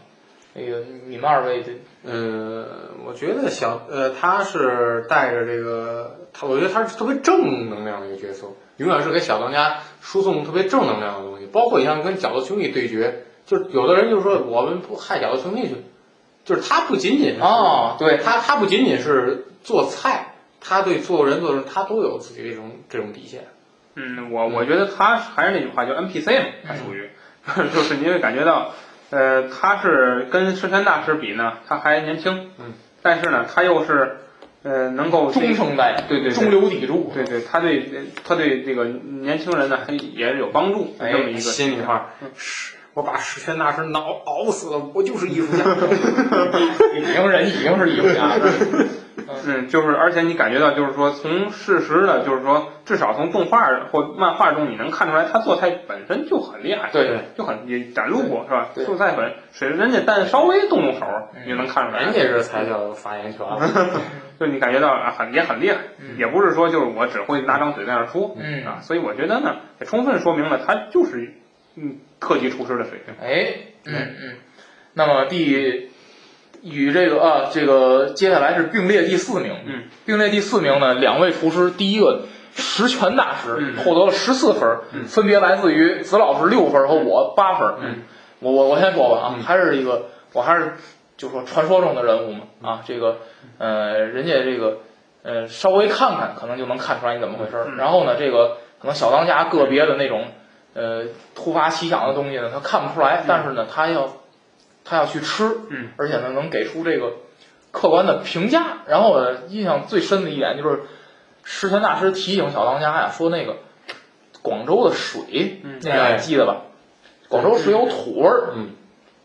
Speaker 2: 那个你们二位这
Speaker 3: 呃，我觉得小呃，他是带着这个，他我觉得他是特别正能量的一个角色，永远是给小当家输送特别正能量的东西。包括你像跟饺子兄弟对决，就是有的人就说我们不害饺子兄弟去，就是他不仅仅是
Speaker 2: 啊，对，
Speaker 3: 他他不仅仅是做菜，他对做人做人他都有自己的这种这种底线。
Speaker 1: 嗯，我我觉得他还是那句话，就 NPC 嘛，他属于， 就是你会感觉到，呃，他是跟深山大师比呢，他还年轻，
Speaker 3: 嗯，
Speaker 1: 但是呢，他又是，呃，能够这
Speaker 2: 中生代，
Speaker 1: 对对对
Speaker 2: 中流砥柱，
Speaker 1: 对对，他对呃他对这个年轻人呢，还也是有帮助，这么一
Speaker 3: 哎
Speaker 1: 个嗯
Speaker 3: 心里话，是我把石泉大师挠熬死了，我就是艺 术家。
Speaker 2: 已经人已经是艺术家了。
Speaker 1: 嗯，就是，而且你感觉到，就是说，从事实的，就是说，至少从动画或漫画中，你能看出来，他做菜本身就很厉害，
Speaker 2: 对
Speaker 3: 对，
Speaker 1: 就很也展露过，是吧？
Speaker 2: 对
Speaker 1: 做菜本，水人家但稍微动动手，
Speaker 2: 嗯
Speaker 1: 你就能看出来
Speaker 3: 人，家这才叫有发言权。啊
Speaker 1: 就你感觉到啊，很也很厉害，
Speaker 2: 嗯
Speaker 1: 也不是说就是我只会拿张嘴在那儿说
Speaker 2: 嗯
Speaker 1: 啊，所以我觉得呢，也充分说明了他就是嗯特级厨师的水平。
Speaker 2: 哎，嗯嗯，那么第与这个啊，这个接下来是并列第四名，
Speaker 1: 嗯，
Speaker 2: 并列第四名呢，两位厨师，第一个十全大师、
Speaker 1: 嗯
Speaker 2: 获得了十四分，
Speaker 1: 嗯
Speaker 2: 分别来自于子老师六分和我八分，
Speaker 1: 嗯，
Speaker 2: 我我我先说吧啊，
Speaker 3: 嗯
Speaker 2: 还是一个我还是就说传说中的人物嘛
Speaker 1: 嗯
Speaker 2: 啊，这个呃，人家这个呃稍微看看可能就能看出来你怎么回事儿，
Speaker 1: 嗯
Speaker 2: 然后呢，这个可能小当家个别的那种。呃突发奇想的东西呢，他看不出
Speaker 3: 嗯
Speaker 2: 来，但是呢，他要他要去吃，
Speaker 1: 嗯，
Speaker 2: 而且呢，能给出这个客观的评价。然后我印象最深的一点就是，石泉大师提醒小当家呀，说那个广州的水，
Speaker 1: 嗯
Speaker 2: 那个
Speaker 3: 哎
Speaker 2: 还记得吧？广州水有土味儿，
Speaker 3: 嗯，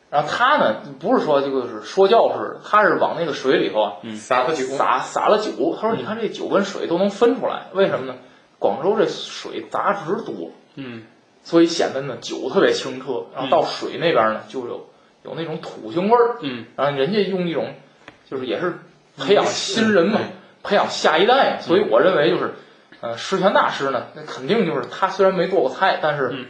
Speaker 2: 然后他呢，不是说这个是说教似的，他是往那个水里头啊
Speaker 3: 嗯撒个酒，
Speaker 2: 撒撒了酒。他说：“你看这酒跟水都能分出来，为什么呢？广州这水杂质多，
Speaker 1: 嗯
Speaker 2: 所以显得呢酒特别清澈，然后到水那边呢就有有那种土腥味儿，
Speaker 1: 嗯
Speaker 2: 然后人家用一种就是也是培养新人
Speaker 1: 嗯
Speaker 2: 嘛，培养下一代嘛，所以我认为就是，呃，石泉大师呢，那肯定就是他虽然没做过菜，但是
Speaker 1: 嗯，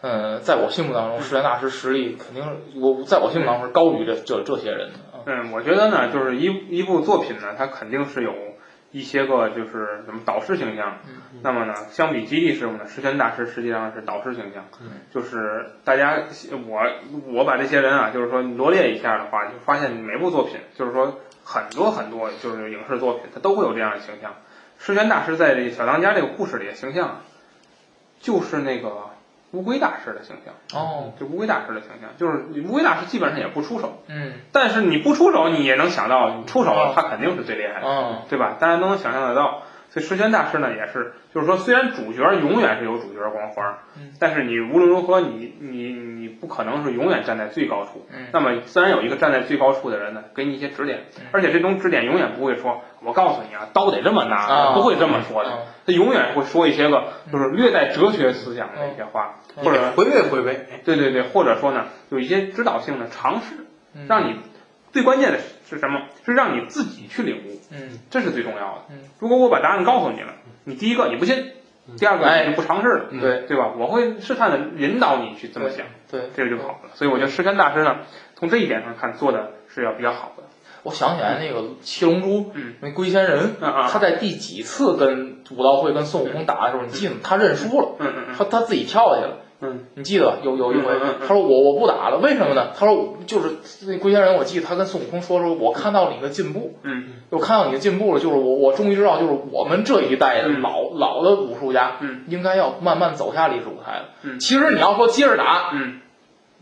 Speaker 2: 呃，在我心目当中，石泉大师实力肯定是我在我心目当中是高于这这这些人的啊，
Speaker 1: 嗯，我觉得呢，就是一一部作品呢，它肯定是有一些个就是怎么导师形象。那么呢，相比基地师傅呢，石泉大师实际上是导师形象，
Speaker 3: 嗯
Speaker 1: 就是大家我我把这些人啊，就是说罗列一下的话，就发现每部作品，就是说很多很多就是影视作品，它都会有这样的形象。石泉大师在这《小当家》这个故事里的形象啊，就是那个乌龟大师的形象，
Speaker 2: 哦，
Speaker 1: 就乌龟大师的形象，就是乌龟大师基本上也不出手。
Speaker 2: 嗯，
Speaker 1: 但是你不出手，你也能想到，你出手
Speaker 2: 哦
Speaker 1: 了，他肯定是最厉害的，
Speaker 2: 啊，
Speaker 1: 对吧？大家都能想象得到。所以石泉大师呢，也是，就是说，虽然主角永远是有主角光环
Speaker 2: 嗯，
Speaker 1: 但是你无论如何，你你你不可能是永远站在最高处。
Speaker 2: 嗯，
Speaker 1: 那么自然有一个站在最高处的人呢，给你一些指点
Speaker 2: 嗯，
Speaker 1: 而且这种指点永远不会说“我告诉你啊，刀得这么
Speaker 2: 啊
Speaker 1: 拿”，不会这么说的。
Speaker 2: 啊
Speaker 1: 他永远会说一些个就是略带哲学思想的一些话，
Speaker 2: 嗯
Speaker 1: 或者
Speaker 3: 回味回味。
Speaker 1: 对对对，或者说呢，有一些指导性的尝试。
Speaker 2: 嗯
Speaker 1: 让你最关键的是什么？是让你自己去领悟，
Speaker 2: 嗯
Speaker 1: 这是最重要的
Speaker 2: 嗯。
Speaker 1: 如果我把答案告诉你了，你第一个你不信，
Speaker 3: 嗯
Speaker 1: 第二个
Speaker 2: 哎
Speaker 1: 你就不尝试了，
Speaker 3: 嗯
Speaker 2: 对
Speaker 1: 对吧？我会试探的引导你去这么想，
Speaker 2: 对，
Speaker 1: 这个就好了。所以我觉得石川大师呢，从这一点上看做的是要比较好的。
Speaker 2: 我想起来那个七龙珠
Speaker 1: 嗯
Speaker 2: 那龟仙人。
Speaker 1: 嗯啊，
Speaker 2: 他在第几次跟武道会跟孙悟空打的时候，你记得吗他认输了，
Speaker 1: 嗯嗯
Speaker 2: 他他自己跳下去了。
Speaker 1: 嗯，
Speaker 2: 你记得吧有有一回
Speaker 1: 嗯嗯嗯，嗯
Speaker 2: 他说我我不打了，为什么呢？他说我就是那龟仙人，我记得他跟孙悟空说说，我看到你的进步，
Speaker 1: 嗯
Speaker 2: 我看到你的进步了，就是我我终于知道，就是我们这一代的
Speaker 1: 嗯
Speaker 2: 老老的武术家
Speaker 1: 嗯
Speaker 2: 应该要慢慢走下历史舞台了。
Speaker 1: 嗯
Speaker 2: 其实你要说接着打，
Speaker 1: 嗯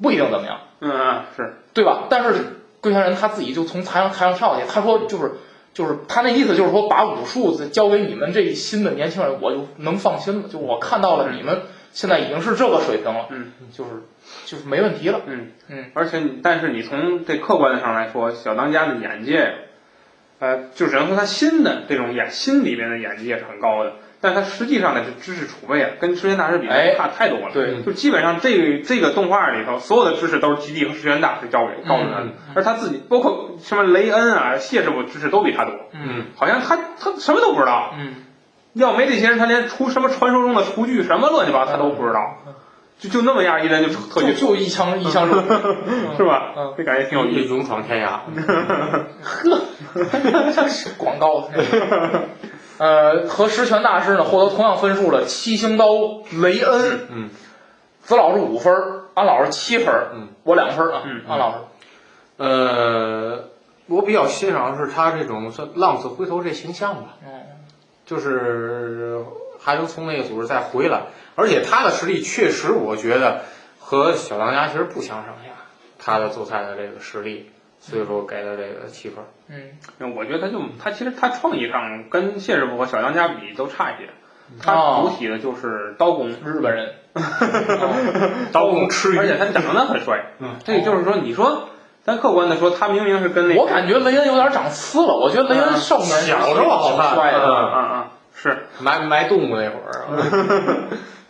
Speaker 2: 不一定怎么样。
Speaker 1: 嗯啊，是，
Speaker 2: 对吧？但是龟仙人他自己就从台上台上跳下去，他说就是就是他那意思就是说把武术交给你们这一新的年轻人，我就能放心了，就我看到了你们现在已经是这个水平了，
Speaker 1: 嗯
Speaker 2: 就是就是没问题了。
Speaker 1: 嗯
Speaker 2: 嗯，
Speaker 1: 而且你但是你从这客观上来说，小当家的眼界。呃，就只能说他心的这种眼心里面的眼界是很高的，但是它实际上的知识储备啊，跟《石原大师》比
Speaker 2: 哎
Speaker 1: 差太多了。
Speaker 2: 对
Speaker 1: 就基本上这个这个动画里头所有的知识都是基地和石原大师教给告诉他的
Speaker 3: 嗯，
Speaker 1: 而他自己包括什么雷恩啊、谢师傅知识都比他多，
Speaker 2: 嗯
Speaker 1: 好像他他什么都不知道。
Speaker 2: 嗯，
Speaker 1: 要没这些人，他连厨什么传说中的厨具什么乱七八糟他都不知道，就就那么样一人就特
Speaker 2: 嗯就
Speaker 1: 级
Speaker 2: 就一枪一枪入，
Speaker 1: 是吧
Speaker 2: 嗯？
Speaker 1: 这感觉挺有意思。
Speaker 3: 勇闯天涯。
Speaker 2: 像 是广告。呃，和石泉大师呢获得同样分数的七星刀雷恩，
Speaker 3: 嗯，
Speaker 2: 子老师五分儿，安老师七分儿，
Speaker 3: 嗯
Speaker 2: 我两分儿啊，
Speaker 1: 嗯
Speaker 2: 安老师，
Speaker 3: 呃，我比较欣赏的是他这种算浪子回头这形象吧，
Speaker 2: 嗯
Speaker 3: 就是还能从那个组织再回来，而且他的实力确实，我觉得和小当家其实不相上下，他的做菜的这个实力，所以说我给他这个七分。
Speaker 2: 嗯，
Speaker 1: 我觉得他就他其实他创意上跟谢师傅和小当家比都差一些，他主
Speaker 2: 哦
Speaker 1: 体的就是刀工，嗯
Speaker 2: 日本人，哦
Speaker 3: 刀工吃鱼
Speaker 1: 而且他长得很帅。
Speaker 3: 嗯，
Speaker 1: 这就是说，你说咱客观的说，他明明是跟那个
Speaker 2: 我感觉雷恩有点长刺了，我觉得雷恩少男
Speaker 3: 小时候好看
Speaker 2: 挺帅的，
Speaker 1: 嗯嗯嗯是，
Speaker 3: 埋埋动物那会儿啊，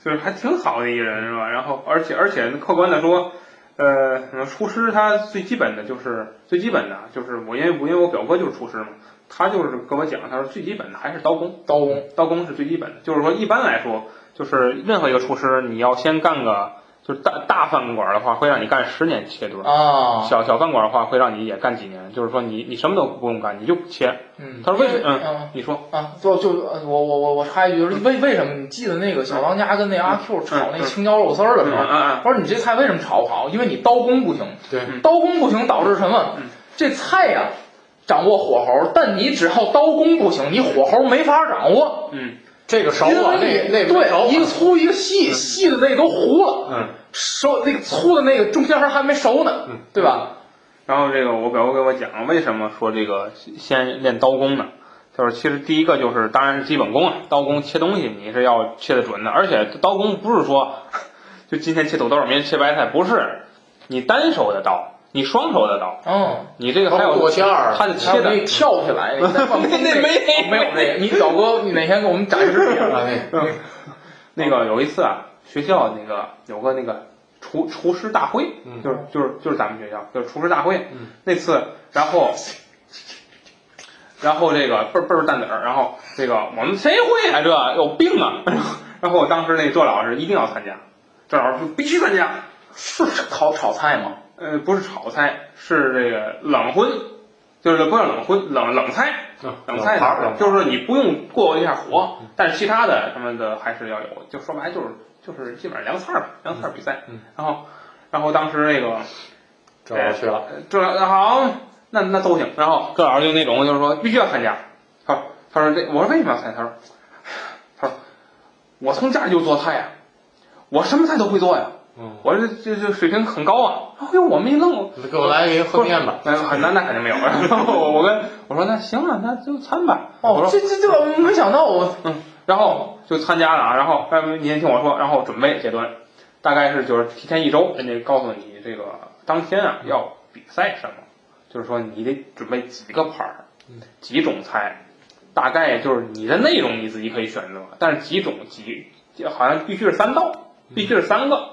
Speaker 1: 就是还挺好的一人是吧？然后而且而且客观的说，呃，嗯厨师他最基本的就是最基本的就是我因为我因为我表哥就是厨师嘛，他就是跟我讲，他说最基本的还是刀工，
Speaker 2: 刀工，
Speaker 1: 刀工是最基本的，就是说一般来说，就是任何一个厨师你要先干个就是大大饭馆的话，会让你干十年切墩儿。
Speaker 2: 啊，
Speaker 1: 小小饭馆的话，会让你也干几年，就是说你你什么都不用干，你就切。
Speaker 2: 嗯，
Speaker 1: 他说为什么？
Speaker 2: 嗯
Speaker 1: 嗯，你说，
Speaker 2: 啊，就就呃我我我我插一句，就是为为什么你记得那个小当家跟那阿 Q 炒那青椒肉丝儿的
Speaker 1: 嗯
Speaker 2: 时候，
Speaker 1: 嗯
Speaker 2: 我说你这菜为什么炒不好？因为你刀工不行，
Speaker 3: 对，
Speaker 2: 刀工不行导致什么
Speaker 1: 嗯？
Speaker 2: 这菜呀、掌握火候，但你只要刀工不行，你火候没法掌握。
Speaker 1: 嗯
Speaker 3: 这个少
Speaker 2: 因
Speaker 3: 啊，
Speaker 2: 为
Speaker 3: 那
Speaker 2: 你
Speaker 3: 那
Speaker 2: 对一个
Speaker 3: 个
Speaker 2: 粗一个细，细的那都糊了，
Speaker 3: 嗯，
Speaker 2: 熟那个粗的那个中间还没熟呢
Speaker 3: 嗯，
Speaker 2: 对吧？
Speaker 1: 然后这个我表哥给我讲，为什么说这个先练刀工呢？就是其实第一个就是当然是基本功啊，刀工切东西你是要切得准的，而且刀工不是说就今天切土豆，明天切白菜，不是你单手的刀，你双手的刀，
Speaker 2: 嗯，
Speaker 1: 你这个还
Speaker 3: 包
Speaker 1: 有
Speaker 3: 括剁馅儿，啊
Speaker 1: 它的
Speaker 2: 还
Speaker 1: 切
Speaker 2: 有那
Speaker 1: 的
Speaker 2: 跳起 来，那个
Speaker 1: 那没
Speaker 2: 哦 没有那个，你表哥你哪天给我们展示一下？
Speaker 3: 啊那个
Speaker 1: 那个有一次啊，学校那个有个那个厨厨师大会，
Speaker 3: 嗯
Speaker 1: 就是就是就是咱们学校就是厨师大会，
Speaker 3: 嗯
Speaker 1: 那次然后。然后这个倍儿倍儿蛋子儿，然后这个我们谁会啊？这有病啊！ 然后我当时那周老师一定要参加，周老师说必须参加。
Speaker 2: 是炒炒菜吗？
Speaker 1: 呃，不是炒菜，是这个冷荤，就是不是冷荤，冷冷菜，冷菜
Speaker 3: 盘儿
Speaker 1: 的
Speaker 3: 嗯冷，
Speaker 1: 就是你不用过一下火，但是其他的什么的还是要有，就说白了就是就是基本上凉菜儿吧，凉菜儿比赛
Speaker 3: 嗯嗯。
Speaker 1: 然后，然后当时那个
Speaker 3: 这我去了，
Speaker 1: 呃这那好，那那都行。然后这老师就那种就是说必须要参加，他说他说这我说为什么要参加？他说他说我从家里就做菜呀、我什么菜都会做呀、
Speaker 3: 嗯，
Speaker 1: 我这这这水平很高啊。哎呦，我们一愣，
Speaker 3: 你给我来一个烩面吧，
Speaker 1: 哎，那那肯定没有。 然后我跟我说那行啊，那就参吧。我
Speaker 2: 哦，
Speaker 1: 说
Speaker 2: 这这这我没想到我，
Speaker 1: 嗯，然后就参加了啊。然后哎，你先听我说，然后准备结端，大概是就是提前一周，人家告诉你这个当天啊要比赛什么，就是说你得准备几个盘儿
Speaker 3: 嗯，
Speaker 1: 几种菜，大概就是你的内容你自己可以选择，但是几种几好像必须是三道，必须是三个，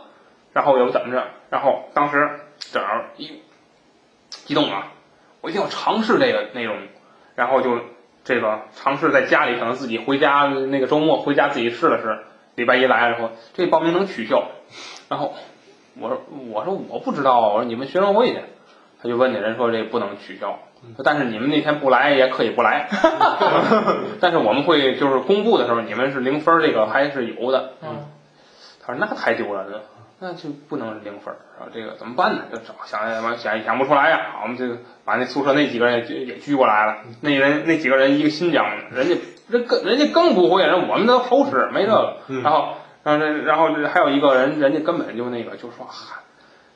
Speaker 1: 然后又怎么着？然后当时正好一激动啊，我一定要尝试这个内容，然后就这个尝试在家里可能自己回家那个周末回家自己试了试，礼拜一来了以后，这报名能取消，然后我说我说我不知道，啊我说你们学生会去，他就问那人说这不能取消。但是你们那天不来也可以不来，但是我们会就是公布的时候，你们是零分儿，这个还是有的。
Speaker 2: 嗯
Speaker 1: 他说那太丢人了，那就不能是零分儿。然后这个怎么办呢？就找想想想想不出来呀、我们这个把那宿舍那几个人也聚也聚过来了，那人那几个人一个新疆的，人家人更人家更不会，人我们都熟识，没这个。
Speaker 3: 嗯
Speaker 1: 然后然后这然后这还有一个人，人家根本就那个就说嗨。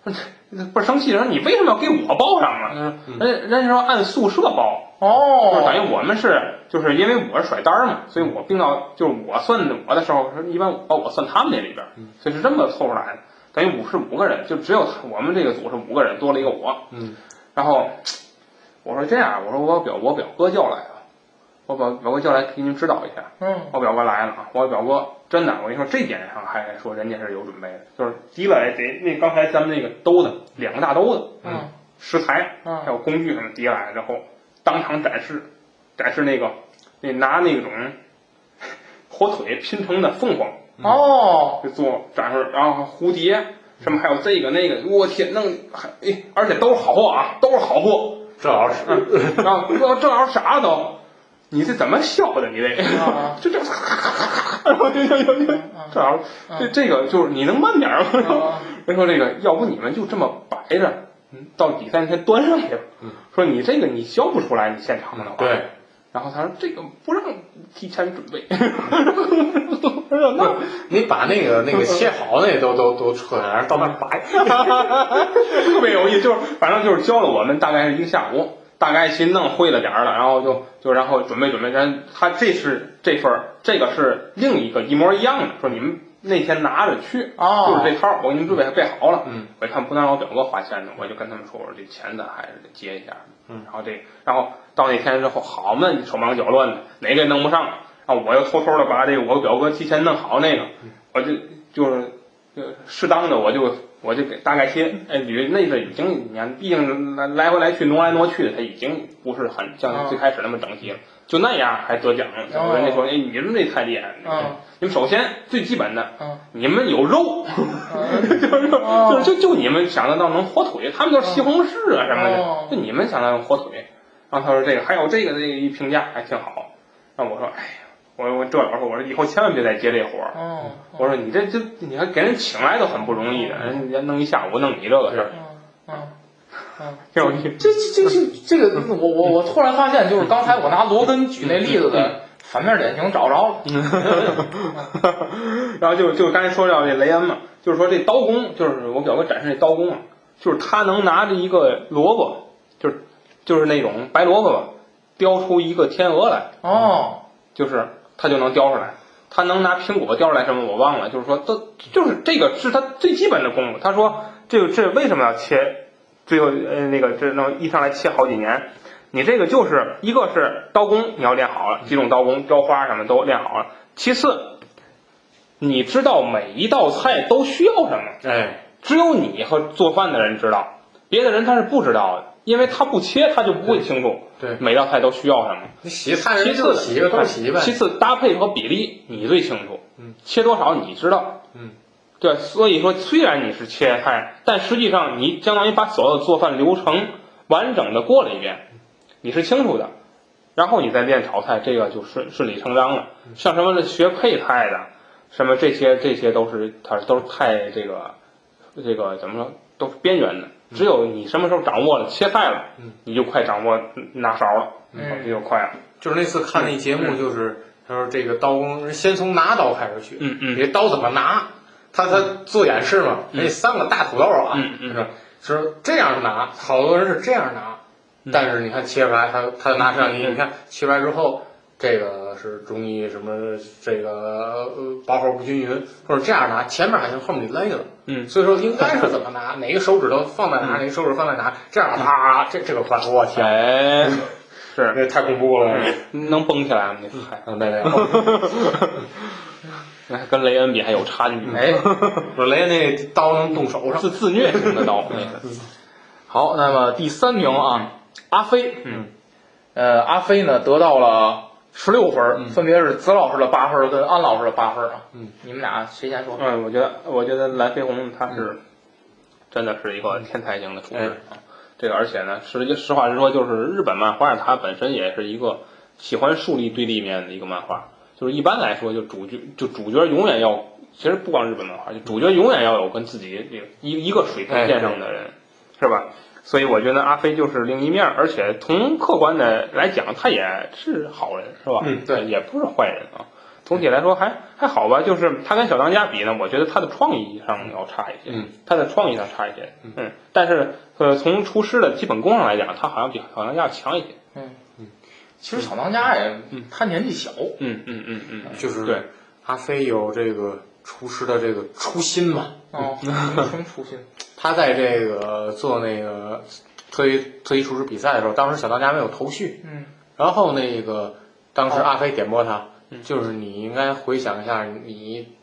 Speaker 1: 说这不是生气，说你为什么要给我报上啊？人
Speaker 3: 嗯
Speaker 1: 家人家说按宿舍报，就是等
Speaker 2: 哦，
Speaker 1: 于我们是，就是因为我是甩单儿嘛，所以我并到就是我算我的时候，是一般我把哦我算他们那里边儿，所以是这么凑出来的。等于五是五个人，就只有他我们这个组是五个人，多了一个我。
Speaker 3: 嗯
Speaker 1: 然后我说这样，我说我把表我表哥叫来了，啊我把表哥叫来给您指导一下。
Speaker 2: 嗯
Speaker 1: 我表哥来了啊，我表哥真的，我跟你说这点上还说人家是有准备的，就是提了得那刚才咱们那个兜子，两个大兜子，
Speaker 2: 嗯
Speaker 1: 食材
Speaker 2: 嗯
Speaker 1: 还有工具什么提来之后，当场展示，展示那个那拿那种火腿拼成的凤凰
Speaker 2: 哦，
Speaker 1: 就做展示，然后蝴蝶什么还有这个那个，我天，弄还哎，而且都是好货啊，都是好货。
Speaker 3: 嗯这老师，
Speaker 1: 然后我这玩意儿啥都，你这怎么笑的？你这个
Speaker 2: 啊，
Speaker 1: 就这， 然后就就就就
Speaker 2: 嗯
Speaker 1: 这玩意儿，这这个就是你能慢点儿吗
Speaker 2: 啊？
Speaker 1: 人说这个，要不你们就这么摆着，到第三天端上去吧。说你这个你削不出来，你现场的话。
Speaker 3: 嗯对。
Speaker 1: 然后他说这个不让提前准备， 我说那
Speaker 3: 你把那个那个切好那都都都扯下来，到那儿拔。
Speaker 1: 特别有意思，就是反正就是教了我们大概是一个下午，大概其实弄会了点儿了，然后就就然后准备准备，咱他这是这份儿，这个是另一个一模一样的，说你们那天拿着去，
Speaker 2: 哦
Speaker 1: 就是这套儿，我给你们准备备好了。
Speaker 3: 嗯，
Speaker 1: 我一看不能让我表哥花钱呢，我就跟他们说，我说这钱咱还是得结一下。
Speaker 3: 嗯
Speaker 1: 然后这然后到那天之后，好嘛，手忙脚乱的，哪个也弄不上，然后我又偷偷的把这个我表哥提前弄好那个，我就就是呃，适当的我就我就给大概些，哎，捋那个已经，你看，毕竟来来回来去挪来挪去的，他已经不是很像最开始那么整齐了，就那样还得奖了。
Speaker 2: 哦
Speaker 1: 人家说，哎，你们这太厉害
Speaker 2: 嗯
Speaker 1: 了，你们首先最基本的，
Speaker 2: 嗯
Speaker 1: 你们有肉， 就是
Speaker 2: 哦
Speaker 1: 就是就就你们想得到能火腿，他们都是西红柿啊什么
Speaker 2: 哦
Speaker 1: 的，就你们想到能火腿。然后他说这个还有这个这个一评价还挺好，那我说，哎呀，我我这老师我说以后千万别再接这活儿。
Speaker 2: 哦，
Speaker 1: 我说你这这你还给人请来都很不容易的，人家弄一下午弄你这个事儿，
Speaker 2: 嗯嗯嗯，
Speaker 1: 挺有意思。
Speaker 2: 这这这这个，嗯我我我突然发现，就是刚才我拿罗根举那例子的反面典型找着了。
Speaker 1: 然后就就刚才说到这雷恩嘛，就是说这刀工，就是我表哥展示这刀工啊，就是他能拿着一个萝卜，就是就是那种白萝卜吧，雕出一个天鹅来，
Speaker 2: 哦，
Speaker 1: 就是他就能雕出来。他能拿苹果雕出来什么我忘了，就是说都就是这个是他最基本的功夫。他说这个这为什么要切？最后呃那个这能一上来切好几年，你这个就是一个是刀工你要练好了，几种刀工雕花什么都练好了。其次，你知道每一道菜都需要什么，
Speaker 3: 哎，
Speaker 1: 只有你和做饭的人知道，别的人他是不知道的，因为他不切他就不会清楚
Speaker 3: 对，
Speaker 1: 每道菜都需要什么。
Speaker 3: 你洗菜
Speaker 1: 其
Speaker 3: 人
Speaker 1: 次
Speaker 3: 就洗一个都洗呗。
Speaker 1: 其次搭配和比例你最清楚，
Speaker 3: 嗯，
Speaker 1: 切多少你知道，
Speaker 3: 嗯，
Speaker 1: 对，所以说虽然你是切菜，但实际上你相当于把所有的做饭流程完整的过了一遍，
Speaker 3: 嗯
Speaker 1: 你是清楚的，然后你再练炒菜，这个就顺顺理成章了。
Speaker 3: 嗯
Speaker 1: 像什么学配菜的，什么这些这些都是它都是太这个这个怎么说都是边缘的。只有你什么时候掌握了切菜了，
Speaker 3: 嗯
Speaker 1: 你就快掌握拿勺了，
Speaker 2: 嗯
Speaker 1: 这就快了。
Speaker 3: 就是那次看那节目，就是他说这个刀工人先从拿刀开始学，
Speaker 1: 嗯嗯
Speaker 3: 你这刀怎么拿？他他做演示嘛，那三个大土豆啊，
Speaker 1: 嗯嗯
Speaker 3: 是吧是这样拿，好多人是这样拿，但是你看切出来，他他拿摄像机，你看切出来之后，这个是中医什么这个呃薄厚不均匀，或者这样拿，前面还行，后面你勒了。
Speaker 1: 嗯
Speaker 3: 所以说应该是怎么拿，哪个手指头放在哪，哪个手指放在哪，这样啪，这这个快，我天，
Speaker 1: 哎，是
Speaker 3: 这太恐怖了。
Speaker 1: 能蹦起来吗？你嗨，
Speaker 3: 嗯，没有。
Speaker 1: 那跟雷恩比还有差距。
Speaker 3: 哎，我雷那刀能动手上，
Speaker 2: 自自虐型的刀。 好，那么第三名啊，阿飞，
Speaker 1: 嗯，
Speaker 2: 呃，阿飞呢得到了十六分儿，分别是子老师的八分儿跟安老师的八分儿啊。
Speaker 3: 嗯，
Speaker 2: 你们俩谁先说？
Speaker 1: 嗯，我觉得，我觉得蓝飞鸿他是嗯真的是一个天才型的厨师啊。这个，而且呢，实际实话实说，就是日本漫画它本身也是一个喜欢树立对立面的一个漫画。就是一般来说，就主角就主角永远要，其实不光日本漫画，就主角永远要有跟自己这个一一个水平线上的人，是吧？所以我觉得阿飞就是另一面，而且从客观的来讲，他也是好人，是吧？
Speaker 3: 嗯
Speaker 1: 对，也不是坏人啊。总体来说还还好吧，就是他跟小当家比呢，我觉得他的创意上要差一些，
Speaker 3: 嗯
Speaker 1: 他的创意上差一些，嗯，但是呃，从厨师的基本功上来讲，他好像比小当家强一些，
Speaker 2: 其实小当家也，他年纪小，
Speaker 1: 嗯嗯嗯嗯，
Speaker 3: 就是
Speaker 1: 对，
Speaker 3: 阿飞有这个厨师的这个初心嘛，
Speaker 2: 哦，没什么初心。
Speaker 3: 他在这个做那个特级特级厨师比赛的时候，当时小当家没有头绪，
Speaker 2: 嗯
Speaker 3: 然后那个当时阿飞点拨他，就是你应该回想一下你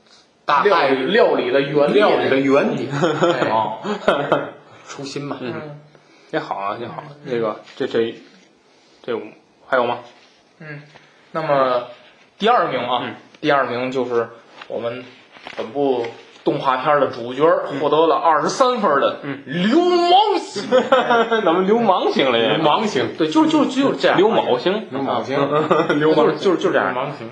Speaker 3: 大
Speaker 2: 料
Speaker 3: 概
Speaker 2: 理料理的原理
Speaker 3: 料理的原理，哎
Speaker 2: 哦，
Speaker 3: 初心嘛。
Speaker 2: 嗯
Speaker 1: 也好啊，也好啊。那个，这这这五还有吗？
Speaker 2: 嗯，那么第二名啊，
Speaker 1: 嗯
Speaker 2: 第二名就是我们本部动画片的主角，获得了二十三分的流氓型，
Speaker 1: 咱们流氓型了
Speaker 3: 流
Speaker 1: 也，
Speaker 3: 氓型，
Speaker 2: 对，就是就是就是这样，哎
Speaker 1: 流卯型，
Speaker 3: 流氓
Speaker 2: 嗯
Speaker 3: 型，
Speaker 1: 流氓
Speaker 2: 就是就是就是这
Speaker 3: 流
Speaker 2: 样，
Speaker 3: 氓型，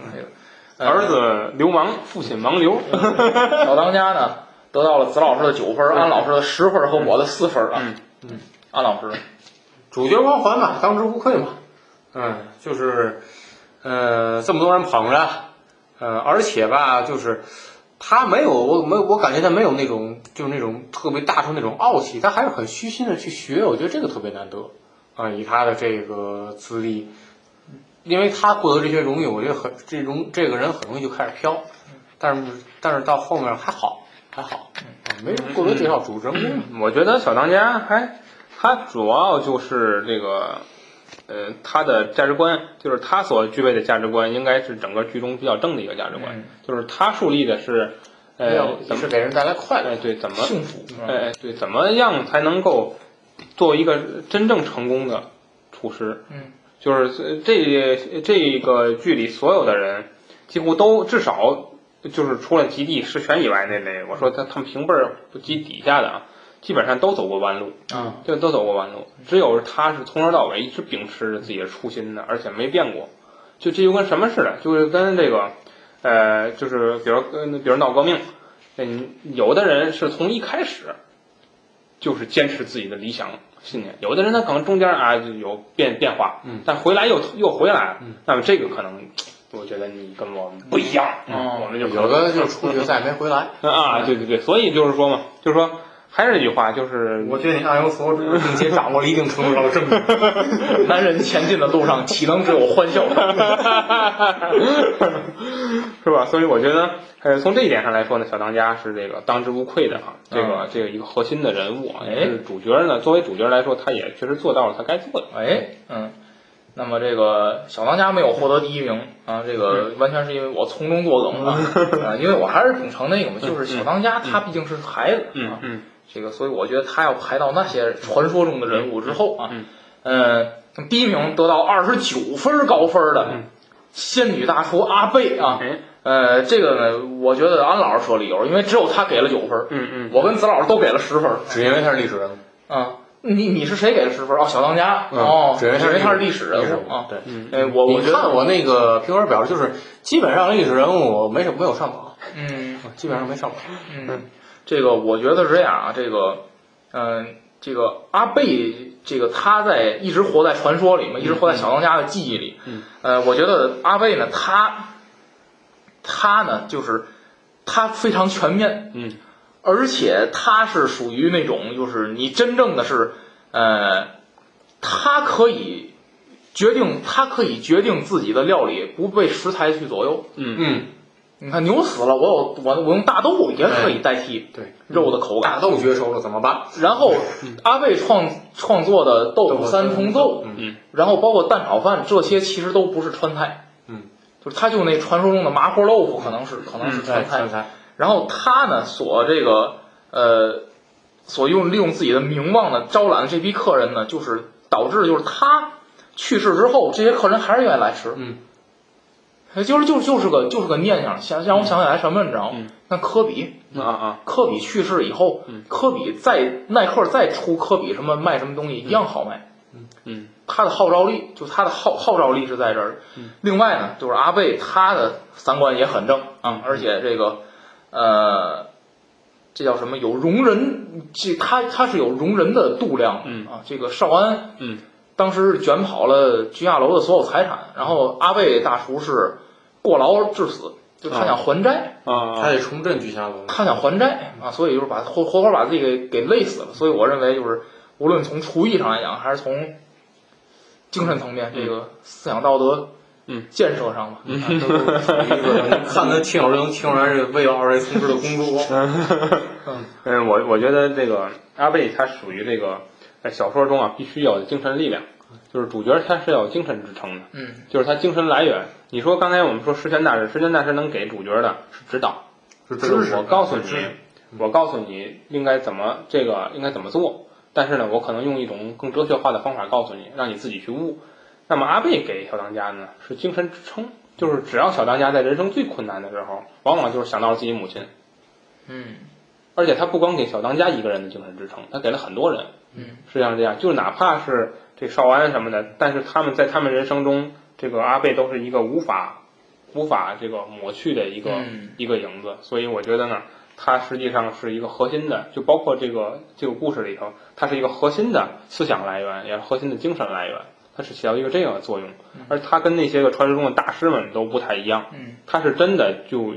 Speaker 2: 呃
Speaker 1: 儿子流氓，父亲盲流。
Speaker 2: 小当家呢，得到了子老师的九分，安老师的十分和我的四分啊。
Speaker 1: 嗯
Speaker 2: 嗯，安老师，
Speaker 3: 主角光环嘛，当之无愧嘛。嗯，就是，呃，这么多人捧着，呃，而且吧，就是他没有，我没有，我感觉他没有那种，就是那种特别大众那种傲气，他还是很虚心的去学，我觉得这个特别难得啊、以他的这个资历，因为他获得这些荣誉，我觉得很这容这个人很容易就开始飘，但是但是到后面还好还好，啊没过多介绍主人公嘛，
Speaker 1: 嗯我觉得小当家还，他主要就是这个，呃，他的价值观，就是他所具备的价值观，应该是整个剧中比较正的一个价值观，
Speaker 2: 嗯
Speaker 1: 就是他树立的是，呃，
Speaker 3: 也
Speaker 1: 怎么
Speaker 3: 是，给人带来快乐
Speaker 1: 哎，。对，怎么，
Speaker 3: 嗯
Speaker 2: 幸福，
Speaker 1: 哎，对，怎么样才能够作为一个真正成功的厨师？
Speaker 3: 哎
Speaker 2: 嗯，
Speaker 1: 就是这这个剧里所有的人，几乎都至少就是除了极地十全以外那类，我说他他们平辈儿及底下的啊，基本上都走过弯路。
Speaker 2: 啊，
Speaker 1: 对，都走过弯路，只有他是从头到尾一直秉持着自己的初心的，而且没变过。就这就跟什么似的，就是跟这个，呃，就是比如跟比如闹革命，嗯，有的人是从一开始就是坚持自己的理想信念，有的人他可能中间啊就有变变化，
Speaker 3: 嗯，
Speaker 1: 但回来又又回来了，
Speaker 3: 嗯，
Speaker 1: 那么这个可能。我觉得你跟我们不一样，
Speaker 3: 哦
Speaker 2: 嗯
Speaker 1: 我们就可能
Speaker 3: 有的就出决赛没回来，
Speaker 1: 啊，对对对，所以就是说嘛，就是说还是那句话，就是
Speaker 3: 我觉得你暗有所指，并且掌握了一定程度上的证据。
Speaker 2: 嗯男人前进的路上，岂能只有欢笑？
Speaker 1: 是吧？所以我觉得，呃，从这一点上来说呢，小当家是这个当之无愧的啊，这个这个一个核心的人物啊。
Speaker 2: 哎
Speaker 1: 也是主角呢，作为主角来说，他也确实做到了他该做的。
Speaker 2: 哎，嗯，那么这个小当家没有获得第一名啊，这
Speaker 3: 嗯
Speaker 2: 个完全是因为我从中作梗啊，啊，因为我还是秉承那个嘛，就是小当家
Speaker 3: 嗯
Speaker 2: 他毕竟是孩子啊，
Speaker 1: 嗯
Speaker 2: 这个，所以我觉得他要排到那些传说中的人物之后啊，
Speaker 1: 嗯
Speaker 2: 呃，那么第一名得到二十九分高分的
Speaker 1: 嗯
Speaker 2: 仙女大厨阿贝啊，
Speaker 1: 哎
Speaker 2: 呃，这个呢，我觉得安老师说理由，因为只有他给了九分，
Speaker 1: 嗯嗯，
Speaker 2: 我跟子老师都给了十分
Speaker 3: 只因为他是历史人物，
Speaker 2: 啊。你你是谁给了十分？哦，小当家
Speaker 3: 嗯
Speaker 2: 哦，
Speaker 3: 只因为他是
Speaker 2: 他是
Speaker 3: 历
Speaker 2: 历史人物啊。
Speaker 3: 对，
Speaker 2: 哎，我
Speaker 3: 你
Speaker 2: 我觉
Speaker 3: 嗯
Speaker 2: 得
Speaker 3: 看我那个评分表，就是基本上历史人物我没什么没有上榜，
Speaker 2: 嗯
Speaker 3: 基本上没上榜。
Speaker 2: 嗯，这个我觉得是这样啊，这个，嗯、这个阿贝，这个他在一直活在传说里嘛，一直活在小当家的记忆里。
Speaker 1: 嗯，
Speaker 2: 呃，我觉得阿贝呢，他，他呢，就是他非常全面，
Speaker 1: 嗯，
Speaker 2: 而且他是属于那种，就是你真正的是，呃，他可以决定，他可以决定自己的料理不被食材去左右。
Speaker 3: 嗯，
Speaker 2: 你看牛死了，我有我我用大豆也可以代替
Speaker 3: 对，
Speaker 2: 肉的口
Speaker 3: 大
Speaker 2: 感。
Speaker 3: 豆绝收了怎么办？
Speaker 2: 然后阿贝创创作的豆腐三重奏，
Speaker 3: 嗯
Speaker 1: 嗯，
Speaker 2: 然后包括蛋炒饭，这些其实都不是川菜，
Speaker 3: 嗯，
Speaker 2: 就是他就那传说中的麻婆豆腐，可能是可能是川
Speaker 3: 对，
Speaker 2: 菜
Speaker 3: 川。菜，
Speaker 2: 然后他呢，所这个呃，所用利用自己的名望呢，招揽的这批客人呢，就是导致就是他去世之后，这些客人还是愿意来吃，
Speaker 3: 嗯，
Speaker 2: 就是就是就是个就是个念想，想让我想起来什么，你知道吗
Speaker 1: 嗯？
Speaker 2: 那科比，
Speaker 1: 啊啊，
Speaker 2: 科比去世以后
Speaker 1: 嗯，
Speaker 2: 科比再耐克再出科比什么卖什么东西一样好卖，
Speaker 1: 嗯
Speaker 2: 他的号召力，就是他的号号召力是在这儿。另外呢，就是阿贝他的三观也很正啊，
Speaker 1: 嗯
Speaker 2: 而且这个，呃，这叫什么？有容人，这他他是有容人的度量。
Speaker 1: 嗯
Speaker 2: 啊，这个少安
Speaker 1: 嗯
Speaker 2: 当时卷跑了菊下楼的所有财产，然后阿贝大厨是过劳致死，就他想还债。
Speaker 3: 他
Speaker 1: 啊，
Speaker 3: 得重振举下楼。
Speaker 2: 他想还债啊，所以就是把活活活把自己给给累死了。所以我认为就是无论从厨艺上来讲，还是从精神层面，这个思想道德
Speaker 1: 嗯
Speaker 2: 建设上吧，啊
Speaker 3: 都是一个能看他听友就能听出来是为了二位同志的工作。
Speaker 1: 呃呃嗯，我我觉得这个阿贝他属于这个在小说中啊必须有的精神力量，就是主角他是要有精神支撑的，
Speaker 2: 嗯，
Speaker 1: 就是他精神来源。你说刚才我们说师权大师，师权大师能给主角的是指导，
Speaker 3: 是
Speaker 1: 就
Speaker 3: 知
Speaker 1: 是
Speaker 3: 识。
Speaker 1: 我告诉你
Speaker 3: 知识，
Speaker 1: 我告诉你应该怎么这个应该怎么做，但是呢，我可能用一种更哲学化的方法告诉你，让你自己去悟。那么阿贝给小当家呢是精神支撑，就是只要小当家在人生最困难的时候，往往就是想到了自己母亲，
Speaker 2: 嗯
Speaker 1: 而且他不光给小当家一个人的精神支撑，他给了很多人。
Speaker 2: 嗯，
Speaker 1: 实际上是这样，就是哪怕是这少安什么的，但是他们在他们人生中，这个阿贝都是一个无法无法这个抹去的一个、
Speaker 2: 嗯
Speaker 1: 一个影子。所以我觉得呢，它实际上是一个核心的，就包括这个这个故事里头，它是一个核心的思想来源，也是核心的精神来源。它是起到一个这样的作用，而它跟那些个传说中的大师们都不太一样，
Speaker 2: 嗯
Speaker 1: 它是真的就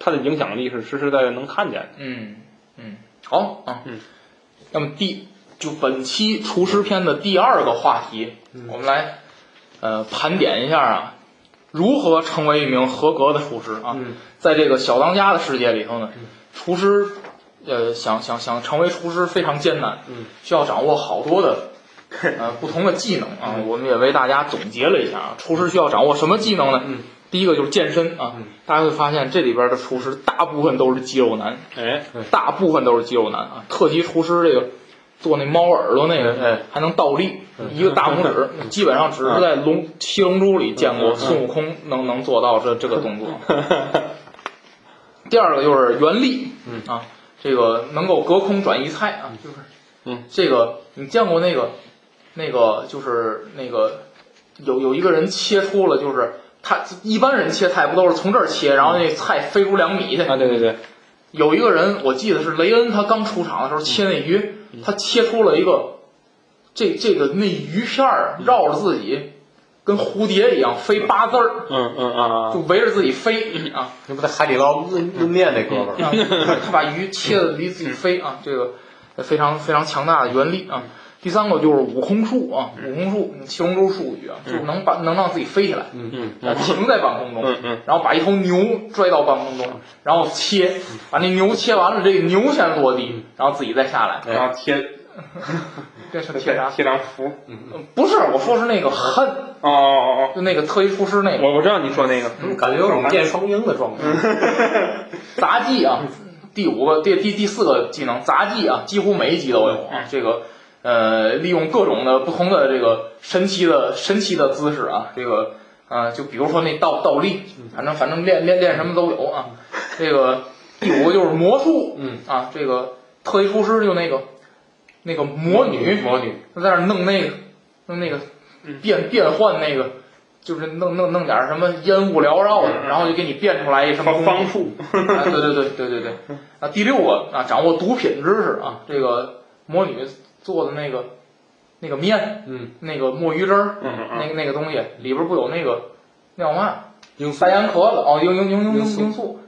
Speaker 1: 它的影响力是实实在在能看见的。
Speaker 2: 嗯嗯，好啊，
Speaker 1: 嗯，
Speaker 2: 那么第就本期厨师篇的第二个话题，
Speaker 3: 嗯
Speaker 2: 我们来呃盘点一下啊，如何成为一名合格的厨师啊？
Speaker 3: 嗯
Speaker 2: 在这个小当家的世界里头呢，厨师呃想想想成为厨师非常艰难，
Speaker 3: 嗯
Speaker 2: 需要掌握好 多的呃不同的技能啊。
Speaker 3: 嗯
Speaker 2: 我们也为大家总结了一下啊，厨师需要掌握什么技能呢？
Speaker 3: 嗯
Speaker 2: 第一个就是健身啊，
Speaker 3: 嗯
Speaker 2: 大家会发现这里边的厨师大部分都是肌肉男，
Speaker 1: 哎，
Speaker 2: 大部分都是肌肉男啊。特级厨师这个做那猫耳朵那
Speaker 1: 嗯
Speaker 2: 个，哎，还能倒立，一个大拇指，基本上只是在《龙七龙珠》里见
Speaker 1: 嗯
Speaker 2: 过孙悟空能能做到这这个 动作。第二个就是原力，啊，这个能够隔空转移菜啊，就是，
Speaker 1: 嗯，
Speaker 2: 这个你见过那个那个就是那个有有一个人切出了就是。他一般人切菜不都是从这儿切，然后那菜飞出两米去？
Speaker 1: 啊，对对对，
Speaker 2: 有一个人，我记得是雷恩，他刚出场的时候切那鱼，
Speaker 1: 嗯
Speaker 2: 他切出了一个这这个那鱼片儿绕着自己，跟蝴蝶一样飞八字儿，
Speaker 1: 嗯嗯啊啊，啊
Speaker 2: 就围着自己飞啊。
Speaker 3: 那不在海底捞抡抡面那哥们儿，
Speaker 1: 嗯
Speaker 2: 他把鱼切的离自己飞啊，这个非常非常强大的原力
Speaker 1: 嗯
Speaker 2: 啊。第三个就是悟空术啊，悟空术，七龙珠术语啊，就是能把能让自己飞起来，
Speaker 1: 嗯
Speaker 2: 呃
Speaker 1: 嗯
Speaker 2: 停在半空中，
Speaker 1: 嗯嗯。
Speaker 2: 然后把一头牛拽到半空中，然后切，把那牛切完了，这个牛先落地，然后自己再下来。
Speaker 1: 然后贴
Speaker 2: 嗯这是贴啥？
Speaker 1: 哎贴张符。
Speaker 2: 不是，我说是那个恨，
Speaker 1: 哦哦
Speaker 2: 就那个特级厨师那
Speaker 1: 哦，
Speaker 2: 个
Speaker 1: 我我知道你说那个。
Speaker 3: 嗯感觉有种变双鹰的状态。
Speaker 2: 杂技啊。第五个，第第第四个技能杂技啊，几乎每一集都有啊。这个呃，利用各种的不同的这个神奇的神奇的姿势啊，这个呃，就比如说那倒倒立，反正反正练练练什么都有啊。这个第五个就是魔术，
Speaker 3: 嗯
Speaker 2: 啊，这个特级厨师就那个那个魔女，
Speaker 3: 魔女，
Speaker 2: 他在那儿弄那个，弄那个
Speaker 1: 嗯
Speaker 2: 变变换那个，就是弄弄弄点儿什么烟雾缭绕的，
Speaker 1: 嗯嗯
Speaker 2: 然后就给你变出来一什么东
Speaker 1: 方方
Speaker 2: 西。
Speaker 1: 术，
Speaker 2: 啊，对对对对对对。啊，第六个啊，掌握毒品知识啊，这个魔女做的那个那个面，
Speaker 3: 嗯，啊
Speaker 2: 那个墨鱼汁儿，
Speaker 1: 嗯嗯嗯
Speaker 2: 那个那个东西里边儿不有那个那叫嘛
Speaker 3: 罂
Speaker 2: 白洋壳子哦，罂罂罂罂
Speaker 3: 罂
Speaker 2: 罂
Speaker 3: 粟
Speaker 2: 罂粟，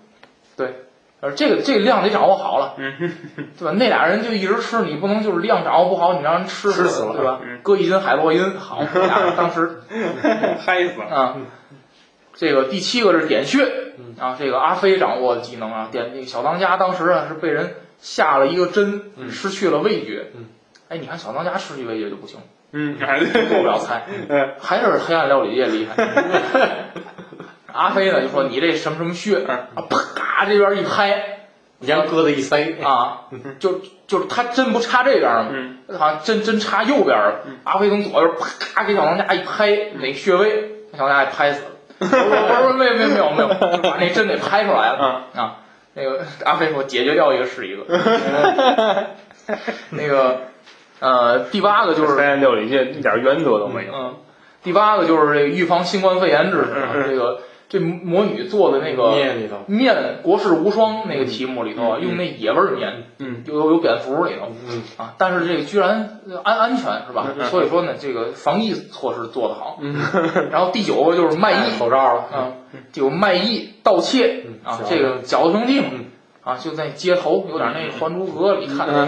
Speaker 2: 对。而这个这个量得掌握好了，
Speaker 3: 嗯
Speaker 2: 对吧？那俩人就一直吃，你不能就是量掌握不好，你让人吃
Speaker 3: 吃死了
Speaker 2: 对吧
Speaker 1: 嗯？
Speaker 2: 搁一斤海洛因，好，那俩人当时
Speaker 1: 嗨死了。
Speaker 2: 啊，这个第七个是点穴啊，这个阿飞掌握的技能啊，点那个小当家当时啊是被人下了一个针，失去了味觉
Speaker 3: 嗯。
Speaker 2: 哎，你看小当家失去味觉就不行，
Speaker 1: 嗯，哎
Speaker 2: 做
Speaker 1: 对
Speaker 2: 不 了菜，
Speaker 1: 嗯
Speaker 2: 还是黑暗料理界厉害。阿飞呢就说你这什么什么穴啊，啪这边一拍
Speaker 3: 你让鸽子一塞，
Speaker 2: 啊，就就是他针不插这边吗？
Speaker 1: 嗯
Speaker 2: 好像针针插右边了，阿飞从左边啪给小当家一拍，哪个穴位，小当家给拍死了。我说没有没有没有没有，就把那针给拍出来了啊。那个阿飞说解决掉一个是一个。那个呃，第八个就是
Speaker 1: 黑暗料理界一点原则都没有。
Speaker 2: 嗯，第八个就是这个预防新冠肺炎知识啊，这个这魔女做的那个
Speaker 3: 面里头
Speaker 2: 面国士无双那个题目里头啊，用那野味儿面，
Speaker 1: 嗯，
Speaker 2: 有有有蝙蝠里头，
Speaker 3: 嗯，
Speaker 2: 啊，但是这个居然呃安安全是吧？所以说呢，这个防疫措施做得好。 然后第九个就是卖艺，
Speaker 3: 口罩了，
Speaker 2: 啊，有卖艺盗窃啊
Speaker 3: 嗯，
Speaker 2: 这个饺子兄弟嘛
Speaker 3: 嗯，
Speaker 2: 啊，就在街头有点那个《还珠格格》里看的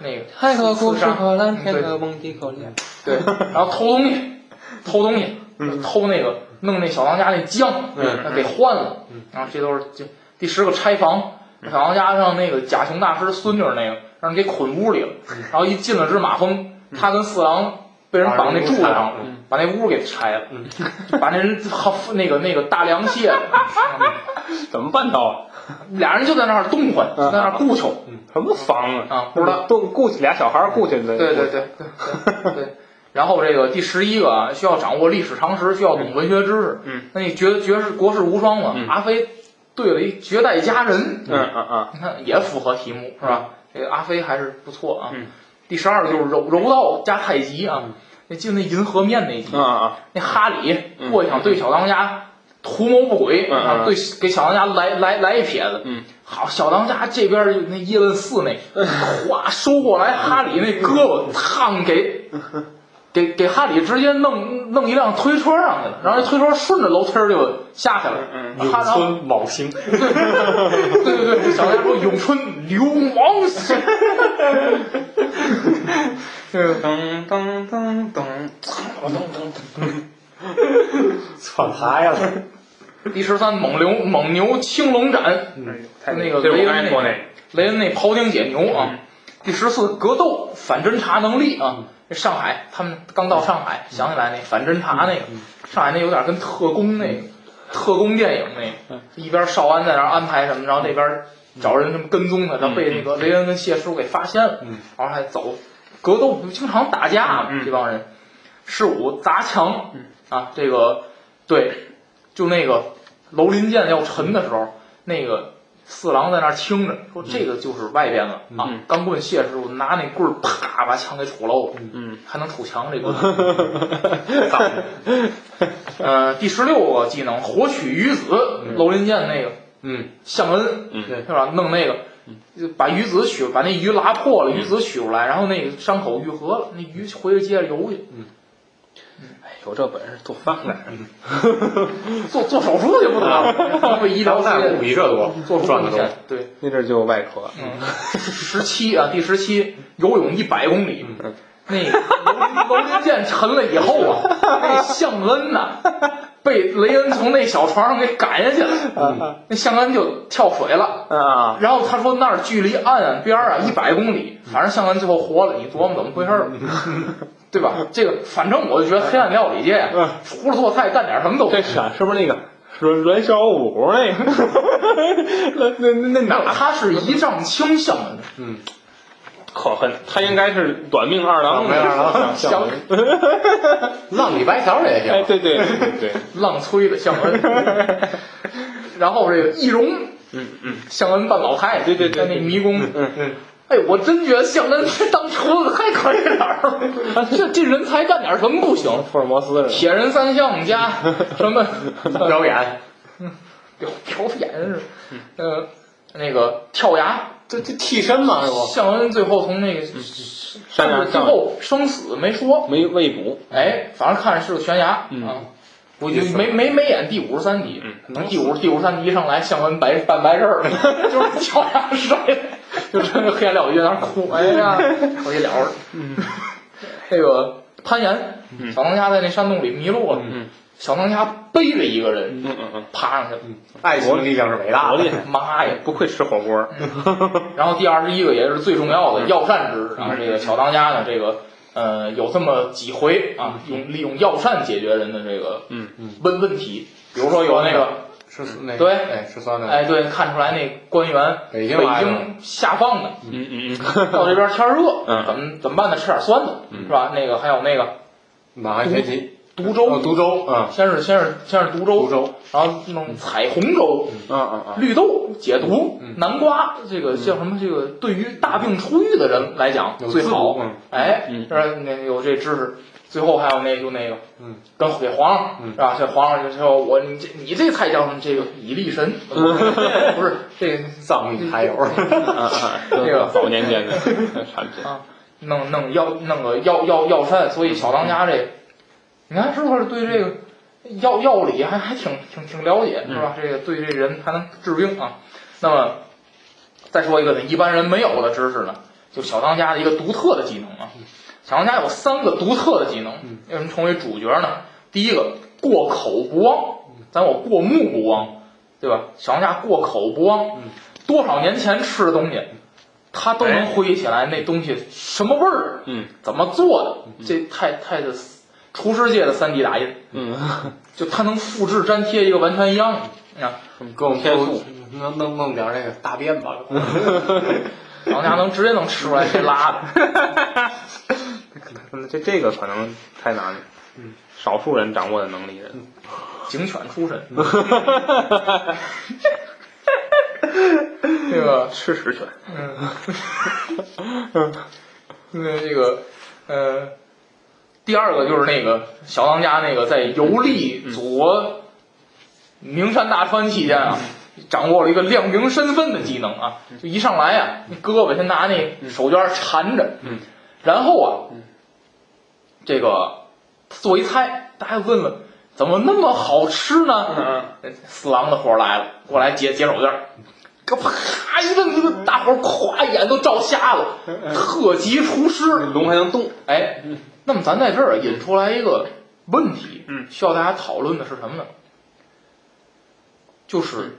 Speaker 2: 那个
Speaker 1: 泰
Speaker 2: 戈故事荷
Speaker 1: 兰
Speaker 2: 天鹅
Speaker 1: 蒙迪口令。
Speaker 2: 对，然后偷东西，偷东西，偷那个弄那小当家那酱，
Speaker 3: 嗯
Speaker 2: 给换了，然后这都是就第十个拆房，小当家让那个贾雄嗯大师孙女儿那个让人给捆屋里了，然后一进了只马蜂，他跟四郎。被人绑那柱子上了
Speaker 3: 嗯，
Speaker 2: 嗯把那屋给拆了，嗯 把那人好那个那个大梁卸了，
Speaker 1: 怎么办到？啊
Speaker 2: 俩人就在那儿动换，
Speaker 1: 嗯
Speaker 2: 就在那儿顾求
Speaker 1: 什么房啊？
Speaker 2: 啊，不知道。
Speaker 1: 都雇起俩小孩儿雇起来，
Speaker 2: 对对对对对 对。然后这个第十一个啊，需要掌握历史常识，需要懂文学知识。
Speaker 1: 嗯，
Speaker 2: 那你绝绝世国士无双嘛？
Speaker 1: 嗯
Speaker 2: 阿飞对了一绝代佳人，
Speaker 1: 嗯嗯嗯，
Speaker 2: 你看也符合题目是吧？这个阿飞还是不错啊。
Speaker 1: 嗯
Speaker 2: 第十二个就是柔柔道加太极啊，那进那银河面那集，
Speaker 1: 嗯啊
Speaker 2: 那哈里
Speaker 1: 嗯
Speaker 2: 过一场对小当家图谋不轨，
Speaker 1: 嗯嗯
Speaker 2: 啊，对给小当家来来来一撇子，
Speaker 1: 嗯，
Speaker 2: 好，小当家这边就那叶问四那，哗收过来，哈里那胳膊烫给。
Speaker 1: 嗯
Speaker 2: 给给哈里直接弄弄一辆推车上去了，然后这推车顺着楼梯儿就下去了。
Speaker 1: 嗯
Speaker 2: 哈
Speaker 3: 咏
Speaker 2: 然后
Speaker 3: 春卯星，
Speaker 2: 对对对，小家说咏春流氓式，
Speaker 1: 噔噔噔噔，
Speaker 3: 窜牌了。
Speaker 2: 第十三蒙牛蒙牛青龙斩，
Speaker 1: 哎呦太
Speaker 2: 那个
Speaker 1: 这
Speaker 2: 雷
Speaker 1: 我
Speaker 2: 恩
Speaker 1: 刚才说那
Speaker 2: 那
Speaker 1: 个
Speaker 2: 个，雷恩那庖丁解牛
Speaker 1: 嗯
Speaker 2: 啊。第十四格斗反侦查能力啊，这上海他们刚到上海，想起来那反侦查那个，
Speaker 1: 嗯
Speaker 2: 上海那有点跟特工那个特工电影那
Speaker 1: 嗯
Speaker 2: 个，一边少安在那儿安排什么，然后那边找人什么跟踪他，他
Speaker 1: 嗯
Speaker 2: 被那个雷恩跟谢师傅给发现了，然后还走格斗，经常打架嘛
Speaker 1: 嗯嗯嗯
Speaker 2: 这帮人。十五砸墙啊，这个对，就那个楼林剑要沉的时候，那个四郎在那儿听着，说这个就是外边了、啊
Speaker 1: 嗯。
Speaker 2: 钢棍谢师傅拿那棍儿啪把墙给杵漏了，
Speaker 1: 嗯
Speaker 2: 还能杵墙 这棍儿。操呃，第十六个技能火取鱼子，楼林剑那个
Speaker 3: 嗯，
Speaker 2: 向恩，
Speaker 1: 嗯
Speaker 2: 是吧？弄那个，就把鱼子取，把那鱼拉破了，鱼子取出来，然后那个伤口愈合了，那鱼回去接着游去，
Speaker 1: 有哎这本事做饭来，
Speaker 2: 做做手术去不得了，为医疗
Speaker 3: 当代
Speaker 2: 界
Speaker 3: 舞比这多，
Speaker 2: 做出
Speaker 3: 赚的
Speaker 2: 贡献
Speaker 3: 多。。
Speaker 2: 对，
Speaker 1: 那阵儿就外科，
Speaker 2: 嗯，十七啊，第十七，游泳一百公里，那个楼林剑沉了以后 啊，那向恩呐、被雷恩从那小船上给赶下去
Speaker 1: 嗯
Speaker 2: 了，那向恩就跳水了。
Speaker 1: 啊，
Speaker 2: 然后他说那儿距离岸边儿啊一百公里，反正向恩最后活了，你琢磨怎么回事 儿吧，对吧？这个反正我就觉得黑暗料理界呀啊
Speaker 1: 嗯，
Speaker 2: 除了做菜干点什么都
Speaker 1: 这是啊是不是那个阮阮小五那个？那那那那
Speaker 2: 没有
Speaker 1: 哪
Speaker 2: 他是一丈青向恩，
Speaker 1: 可恨？他应该是短命二郎，
Speaker 3: 没有了，
Speaker 2: 向
Speaker 3: 像浪里白条也
Speaker 1: 哎，
Speaker 3: 行。
Speaker 1: 对对对 对，
Speaker 2: 浪催的向 恩，然后这个易容
Speaker 1: 嗯嗯，
Speaker 2: 向恩扮老太太，
Speaker 1: 对对对
Speaker 2: 在那迷宫，
Speaker 1: 嗯嗯，
Speaker 2: 哎，我真觉得向恩当厨子太可以 了，啊这这人才干点什么不行？
Speaker 1: 福尔摩斯是吧
Speaker 2: 铁人三项加什 么嗯
Speaker 3: 表演，
Speaker 2: 表表演是，呃，那个跳崖，
Speaker 3: 这这替身嘛，是不？
Speaker 2: 向恩最后从那个，
Speaker 1: 山
Speaker 2: 但
Speaker 1: 上
Speaker 2: 是最后生死没说，
Speaker 1: 没未卜，
Speaker 2: 哎，反正看着是个悬崖啊
Speaker 1: 嗯。
Speaker 2: 我就没没没演第五十三集，
Speaker 1: 嗯
Speaker 2: 能第五第五十三集一上来，向恩白办白事儿了， 就是跳崖摔，就穿着黑暗料理在那儿哭，哎 呀，我一了了。
Speaker 1: 嗯
Speaker 2: 那个攀岩，小当家在那山洞里迷路了，小当家背着一个人
Speaker 1: 嗯嗯嗯，
Speaker 2: 爬上去了，
Speaker 3: 爱情的力量是伟大
Speaker 1: 多厉
Speaker 3: 的。
Speaker 1: 害，
Speaker 2: 妈呀！
Speaker 1: 不愧吃火锅儿，
Speaker 2: 然后第二十一个也是最重要
Speaker 1: 嗯
Speaker 2: 的药膳知识啊，这个小当家呢，这个呃有这么几回啊，用利用药膳解决人的这个
Speaker 1: 嗯
Speaker 2: 问问题，比如说有那个
Speaker 3: 吃那
Speaker 2: 对
Speaker 3: 哎，吃酸的。
Speaker 2: 哎对，看出来那官员
Speaker 3: 北
Speaker 2: 北
Speaker 3: 京来的，
Speaker 2: 京下放 的，
Speaker 1: 嗯嗯
Speaker 2: 到这边天热，
Speaker 1: 嗯
Speaker 2: 怎么怎么办呢？吃点酸的，
Speaker 3: 嗯
Speaker 2: 是吧？那个还有那个
Speaker 3: 马上学习。
Speaker 2: 毒粥
Speaker 3: 哦，毒粥，嗯，
Speaker 2: 先是先是先是毒粥，
Speaker 3: 毒粥，
Speaker 2: 然后弄彩虹粥，
Speaker 1: 嗯嗯嗯
Speaker 2: 绿豆解毒，
Speaker 3: 嗯
Speaker 2: 南瓜这个叫什么？这个对于大病初愈的人来讲
Speaker 3: 有
Speaker 2: 最
Speaker 3: 滋
Speaker 2: 好
Speaker 3: 补嗯。
Speaker 2: 哎
Speaker 1: 嗯，
Speaker 2: 这那有这知识，最后还有那就那个，
Speaker 3: 嗯，
Speaker 2: 跟给皇上是吧？这皇上就说我你这你这菜叫什么？这个以力神， 不是这个
Speaker 3: 藏秘还有，
Speaker 1: 嗯嗯，这个早年间的产品，
Speaker 2: 弄弄药弄个药药药膳，所以小当家这，你看是不是对这个药药理还还挺挺挺了解是吧？这个对这人还能治病啊。那么再说一个呢，一般人没有的知识呢，就小当家的一个独特的技能啊。小当家有三个独特的技能，为什么成为主角呢？第一个过口不忘，咱我过目不忘，对吧？小当家过口不忘，多少年前吃的东西，他都能
Speaker 1: 哎
Speaker 2: 回忆起来那东西什么味儿，
Speaker 1: 嗯
Speaker 2: 怎么做的，这太太的厨师界的三 D 打印，
Speaker 1: 嗯，
Speaker 2: 就他能复制粘贴一个完全一样的啊，
Speaker 1: 嗯
Speaker 3: 给我们
Speaker 1: 天
Speaker 3: 弄
Speaker 1: 赋
Speaker 3: 弄弄弄点那个大便吧。
Speaker 2: 然后家能直接能吃出来谁拉的。
Speaker 1: 嗯这这个可能太难了，少数人掌握的能力人，
Speaker 2: 警犬出身。那个，
Speaker 1: 吃屎犬，
Speaker 2: 嗯 那这个，呃，第二个就是那个小当家那个在游历左名山大川期间啊，掌握了一个亮明身份的技能啊，就一上来呀、那胳膊先拿那手绢缠着，
Speaker 1: 嗯，
Speaker 2: 然后啊，这个做一菜，大家问问怎么那么好吃呢？四郎的活儿来了，过来解解手绢儿，个啪一顿，这个大伙儿咵眼都照瞎了，特级厨师。
Speaker 3: 嗯
Speaker 1: 龙还能动，
Speaker 2: 哎，那么咱在这儿引出来一个问题，
Speaker 1: 嗯
Speaker 2: 需要大家讨论的是什么呢？
Speaker 1: 嗯
Speaker 2: 就是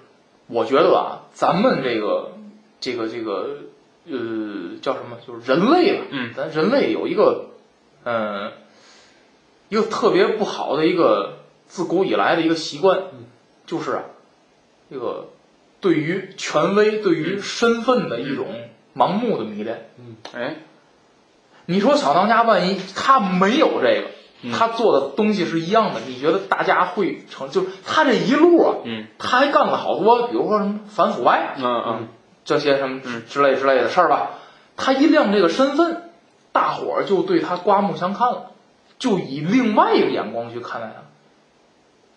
Speaker 2: 我觉得啊，咱们这个这个这个呃叫什么？就是人类吧，
Speaker 1: 嗯
Speaker 2: 咱人类有一个嗯、呃一个特别不好的一个自古以来的一个习惯，
Speaker 1: 嗯
Speaker 2: 就是啊，这个对于权威、对
Speaker 1: 嗯
Speaker 2: 于身份的一种盲目的迷恋。
Speaker 1: 哎，
Speaker 2: 你说小当家万一他没有这个，他做的东西是一样的，你觉得大家会成？就是他这一路啊，
Speaker 1: 嗯
Speaker 2: 他还干了好多，比如说什么反腐败
Speaker 1: 嗯嗯
Speaker 2: 这些什么之之类之类的事儿吧。他一亮这个身份，大伙儿就对他刮目相看了，就以另外一个眼光去看待他。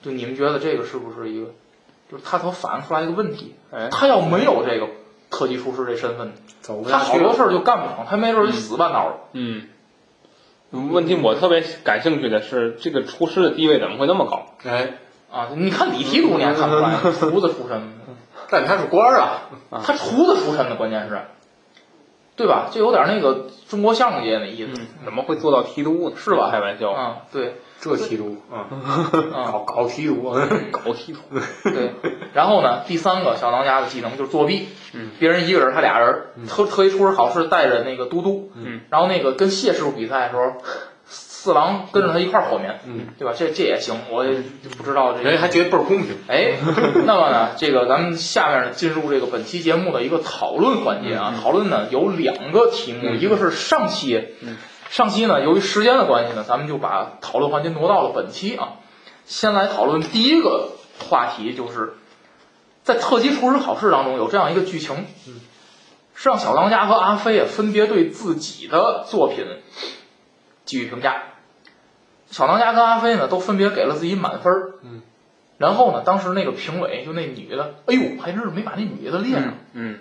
Speaker 2: 就你们觉得这个是不是一个？就是他所反映出来一个问题，
Speaker 1: 哎
Speaker 2: 他要没有这个特级厨师这身份，
Speaker 3: 走
Speaker 2: 他好多事儿就干不成，他没准儿就死半道了。
Speaker 1: 嗯。问题我特别感兴趣的是，这个厨师的地位怎么会那么高？
Speaker 3: 哎，
Speaker 2: 啊，你看李提督你还看不出来， 厨子出身，
Speaker 3: 但他是官儿啊，
Speaker 2: 他厨子出身的，关键是，对吧？就有点那个中国相声界那意思，
Speaker 1: 嗯怎么会做到提督呢？
Speaker 2: 是吧？
Speaker 1: 开玩笑，
Speaker 2: 啊，对，
Speaker 3: 这提督啊，
Speaker 1: 嗯
Speaker 2: 啊，
Speaker 3: 搞搞啊提督，
Speaker 1: 搞提督。
Speaker 2: 对。然后呢，第三个小当家的技能就是作弊，
Speaker 1: 嗯，
Speaker 2: 别人一个人，他俩人，特特一出师考试带着那个嘟嘟，
Speaker 1: 嗯，
Speaker 2: 然后那个跟谢师傅比赛的时候，四郎跟着他一块儿火棉，
Speaker 3: 嗯，
Speaker 2: 对吧？这这也行，我也不知道这
Speaker 3: 人家还觉得倍儿公平。
Speaker 2: 哎，那么呢，这个咱们下面呢进入这个本期节目的一个讨论环节啊。讨论呢有两个题目，一个是上期，上期呢由于时间的关系呢，咱们就把讨论环节挪到了本期啊。先来讨论第一个话题，就是在特级厨师考试当中有这样一个剧情，是让小当家和阿飞也分别对自己的作品给予评价。小当家跟阿飞呢，都分别给了自己满分儿。
Speaker 3: 嗯。
Speaker 2: 然后呢，当时那个评委就那女的，哎呦，还真是没把那女的列上。
Speaker 1: 嗯，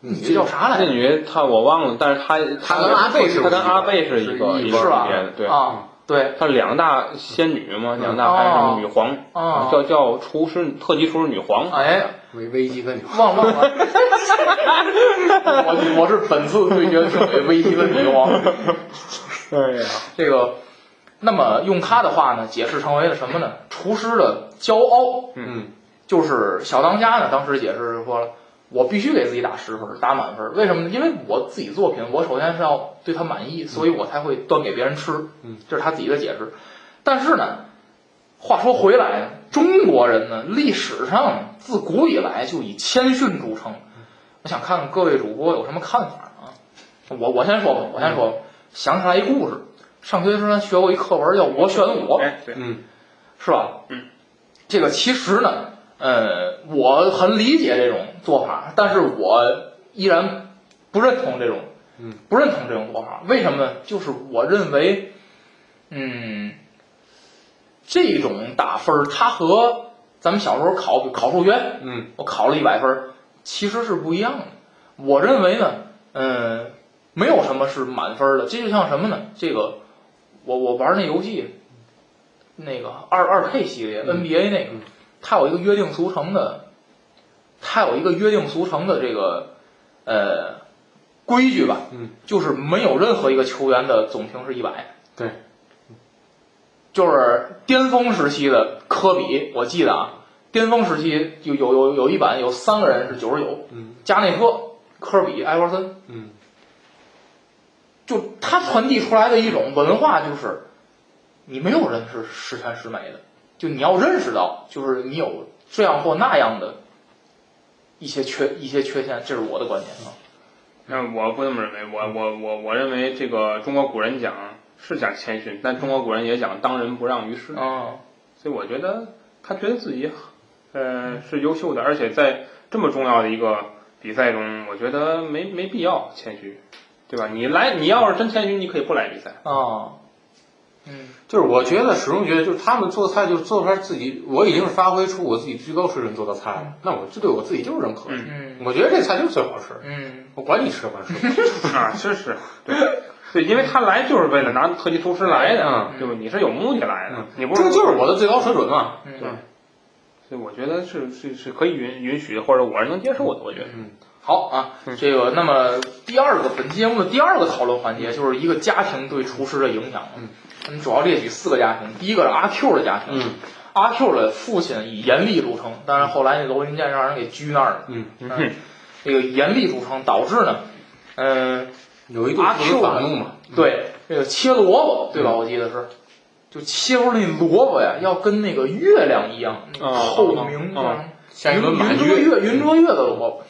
Speaker 2: 女的叫啥来
Speaker 1: 这
Speaker 2: 着？
Speaker 1: 女她我忘了，但是她
Speaker 3: 她跟阿贝是
Speaker 1: 她跟阿贝是
Speaker 3: 一
Speaker 1: 一
Speaker 3: 个
Speaker 1: 个
Speaker 3: 是
Speaker 1: 一个
Speaker 2: 是吧
Speaker 1: 级别的，？对，
Speaker 2: 啊，对
Speaker 1: 她两大仙女嘛，两大还有什么女皇，
Speaker 2: 哦
Speaker 1: 嗯叫叫厨师特级厨师女皇，
Speaker 2: 哎，
Speaker 3: 危危机跟你
Speaker 2: 忘忘了。 我我是本次对决评委唯一的女王。
Speaker 1: 哎呀，
Speaker 2: 这个，那么用他的话呢，解释成为了什么呢？厨师的骄傲。
Speaker 3: 嗯，
Speaker 2: 就是小当家呢，当时解释说了，我必须给自己打十分，打满分。为什么呢？因为我自己作品，我首先是要对他满意，所以我才会端给别人吃。
Speaker 3: 嗯，
Speaker 2: 这是他自己的解释。但是呢，话说回来呢，中国人呢，历史上自古以来就以谦逊著称。我想看看各位主播有什么看法啊？我我先说吧，我先说吧，想起来一故事。上学的时候咱学过一课文叫《我选我》，
Speaker 1: 哎，对，
Speaker 3: 嗯
Speaker 2: 是吧？
Speaker 1: 嗯，
Speaker 2: 这个其实呢，呃，我很理解这种做法，但是我依然不认同这种，
Speaker 3: 嗯，
Speaker 2: 不认同这种做法。为什么呢？就是我认为，嗯，这种打分儿，它和咱们小时候考考数学，
Speaker 3: 嗯
Speaker 2: 我考了一百分儿，其实是不一样的。我认为呢，嗯、没有什么是满分儿的，这就像什么呢？这个我我玩那游戏，那个二二 K 系
Speaker 3: 嗯
Speaker 2: 列 NBA 那个，它有一个约定俗成的，它有一个约定俗成的这个呃规矩吧，
Speaker 3: 嗯，
Speaker 2: 就是没有任何一个球员的总评是一百，
Speaker 3: 对，
Speaker 2: 就是巅峰时期的科比，我记得啊，巅峰时期有有有有一版有三个人是九十九，
Speaker 3: 嗯，
Speaker 2: 加内特、科比、艾弗森，
Speaker 3: 嗯，
Speaker 2: 就他传递出来的一种文化，就是你没有人是十全十美的，就你要认识到，就是你有这样或那样的一些缺一些缺陷，这是我的观点啊。
Speaker 1: 嗯，我不这么认为，我我我我认为这个中国古人讲是讲谦逊，但中国古人也讲当仁不让于世，
Speaker 2: 嗯，
Speaker 1: 所以我觉得他觉得自己呃是优秀的，而且在这么重要的一个比赛中，我觉得没没必要谦虚，对吧？你来，你要是真谦虚，你可以不来比赛。
Speaker 2: 啊，嗯，
Speaker 3: 就是我觉得始终觉得，就是他们做菜就是做出来自己，我已经是发挥出我自己最高水准做的菜了，那我这对我自己就是认可的。
Speaker 1: 嗯
Speaker 2: 嗯
Speaker 3: 我觉得这菜就是最好吃，
Speaker 2: 嗯
Speaker 3: 我管你吃不吃，
Speaker 1: 啊，是是，对对，因为他来就是为了拿特级厨师来的，对吧？你是有目的来的
Speaker 3: 嗯，
Speaker 1: 你不
Speaker 3: 这就是我的最高水准嘛。
Speaker 2: 嗯，
Speaker 1: 所以我觉得是是是可以允允许或者我是能接受的，我觉得。
Speaker 2: 好啊，这个那么第二个本期节目的第二个讨论环节就是一个家庭对厨师的影响。
Speaker 3: 嗯，
Speaker 2: 我们主要列举四个家庭，第一个是阿 Q 的家庭。
Speaker 3: 嗯
Speaker 2: 阿 Q 的父亲以严厉著称，但是后来那楼云建让人给拘那儿了。
Speaker 3: 嗯，
Speaker 2: 嗯，这个严厉著称导致呢，嗯、
Speaker 3: 有一度
Speaker 2: 阿
Speaker 3: 不能
Speaker 2: Q 啊
Speaker 3: 反
Speaker 2: 的
Speaker 3: 动嘛。
Speaker 2: 对这个切萝卜，对吧？
Speaker 3: 嗯
Speaker 2: 我记得是，就切出那萝卜呀，要跟那个月亮一样，那个
Speaker 1: 哦
Speaker 2: 透明，
Speaker 1: 哦哦
Speaker 3: 下一轮
Speaker 2: 云
Speaker 3: 满
Speaker 2: 云
Speaker 3: 月
Speaker 2: 遮月云遮月的萝卜。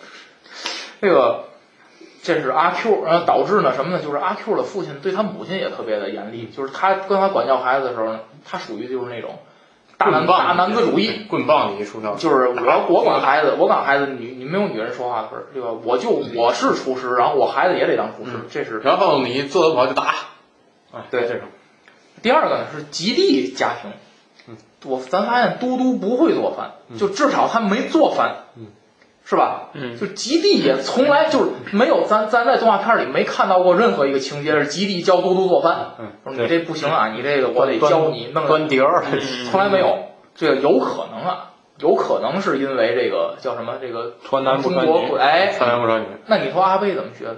Speaker 2: 这个这是阿 Q，然后导致呢什么呢？就是阿 Q 的父亲对他母亲也特别的严厉，就是他跟他管教孩子的时候呢，他属于就是那种大
Speaker 3: 棍
Speaker 2: 男
Speaker 3: 棒
Speaker 2: 大男子主义，
Speaker 3: 棍棒你一出道，
Speaker 2: 就是我我管孩子，我管孩子，你你没有女人说话可是对吧？我就
Speaker 3: 嗯
Speaker 2: 我是厨师，然后我孩子也得当厨师，这是
Speaker 3: 然后你做的不好就打。啊，
Speaker 2: 对
Speaker 3: 这种，
Speaker 2: 第二个呢是极地家庭。
Speaker 3: 嗯
Speaker 2: 我咱发现嘟嘟不会做饭，就至少他没做饭，
Speaker 3: 嗯
Speaker 2: 是吧？
Speaker 1: 嗯
Speaker 2: 就极地也从来就是没有，咱咱在动画片里没看到过任何一个情节是极地教嘟嘟做饭，
Speaker 3: 嗯
Speaker 2: 说你这不行啊，你这个我得教你弄
Speaker 3: 端碟儿，
Speaker 2: 从来没有。这个有可能啊，有可能是因为这个叫什么？这个
Speaker 1: 传男不
Speaker 2: 中
Speaker 1: 传女
Speaker 2: 国哎，
Speaker 3: 三言不着女。
Speaker 2: 那你说阿贝怎么学的？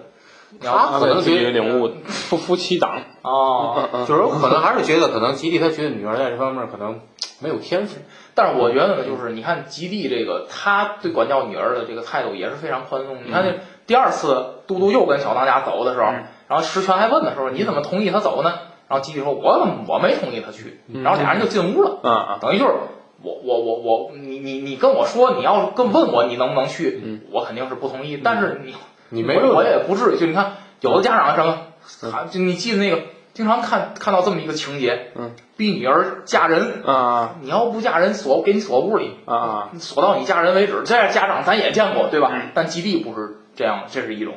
Speaker 2: 你要啊
Speaker 3: 他可能
Speaker 1: 自
Speaker 3: 觉
Speaker 1: 己
Speaker 3: 得
Speaker 1: 领悟夫夫妻档，
Speaker 3: 嗯
Speaker 2: 哦，
Speaker 3: 就是我可能还是觉得，可能吉利他觉得女儿在这方面可能没有天赋。
Speaker 2: 但是我觉得呢，就是你看吉利这个，他对管教女儿的这个态度也是非常宽松。你看这
Speaker 3: 嗯
Speaker 2: 第二次嘟嘟又跟小当家走的时候，然后石泉还问的时候，你怎么同意他走呢？然后吉利说，我怎么我没同意他去，
Speaker 3: 嗯
Speaker 1: 嗯
Speaker 2: 然后俩人就进屋了，
Speaker 1: 啊啊，
Speaker 2: 等于就是。我我我我，你你你跟我说，你要跟问我你能不能去，我肯定是不同意。但是你
Speaker 3: 嗯你没嗯有
Speaker 2: 我也不至于。就你看，有的家长什么，还就你记得那个，经常看看到这么一个情节，
Speaker 1: 嗯，
Speaker 2: 逼女儿嫁人，
Speaker 1: 啊
Speaker 2: 你要不嫁人锁给你锁屋里，
Speaker 1: 啊，
Speaker 2: 锁到你嫁人为止。这样家长咱也见过，对吧
Speaker 1: 嗯？
Speaker 2: 但吉利不是这样，这是一种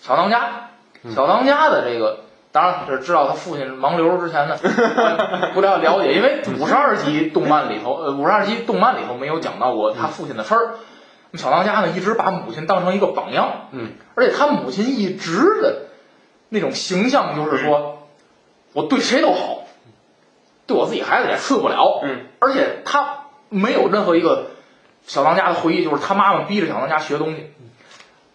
Speaker 2: 小当家，小当家的这个。当然，这知道他父亲是盲流之前呢，我不了了解，因为五十二集动漫里头，呃，五十二集动漫里头没有讲到过他父亲的事儿。那么小当家呢，一直把母亲当成一个榜样，
Speaker 3: 嗯，
Speaker 2: 而且他母亲一直的那种形象就是
Speaker 1: 嗯
Speaker 2: 说，我对谁都好，对我自己孩子也次不了。
Speaker 1: 嗯，
Speaker 2: 而且他没有任何一个小当家的回忆，就是他妈妈逼着小当家学东西。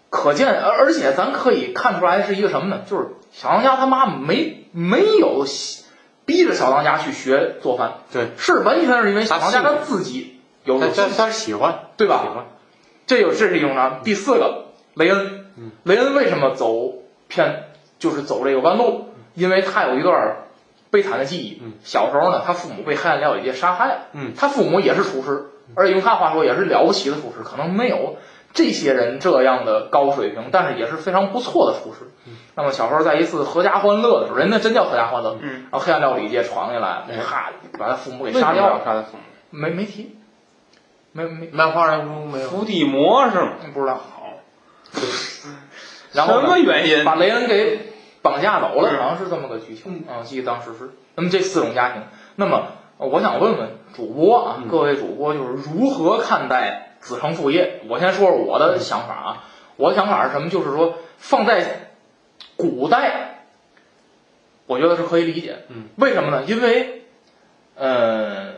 Speaker 2: 可见，而而且咱可以看出来是一个什么呢？就是小当家他妈没没有逼着小当家去学做饭，
Speaker 3: 对，
Speaker 2: 是完全是因为小当家
Speaker 3: 他
Speaker 2: 他
Speaker 3: 是
Speaker 2: 自己有
Speaker 3: 他
Speaker 2: 有
Speaker 3: 他他是喜欢，
Speaker 2: 对吧
Speaker 3: 喜欢，
Speaker 2: 这有这是一种啥？第四个，雷恩，雷恩为什么走偏，就是走这个弯路？因为他有一段悲惨的记忆。小时候呢，他父母被黑暗料理界杀害，
Speaker 3: 嗯
Speaker 2: 他父母也是厨师，而且用他话说也是了不起的厨师，可能没有这些人这样的高水平，但是也是非常不错的厨师。那么小时候在一次合家欢乐的时候，人家真叫合家欢乐，
Speaker 1: 嗯
Speaker 2: 然后黑暗料理界闯进来，哈，把他父母给杀掉
Speaker 1: 要
Speaker 2: 了，
Speaker 1: 杀他父母？
Speaker 2: 没没提，没没
Speaker 3: 漫画当中没有。
Speaker 1: 伏地魔是吗？
Speaker 2: 不知道。
Speaker 1: 好，
Speaker 2: 然后
Speaker 1: 什
Speaker 2: 呢
Speaker 1: 么原因？
Speaker 2: 把雷恩给绑架走了，
Speaker 1: 嗯
Speaker 2: 好像是这么个剧情啊，记得当时是。那么这四种家庭，那么呃我想问问主播啊，各位主播就是如何看待子承父业？我先说说我的想法啊，我的想法是什么？就是说放在古代，我觉得是可以理解。
Speaker 3: 嗯，
Speaker 2: 为什么呢？因为，呃，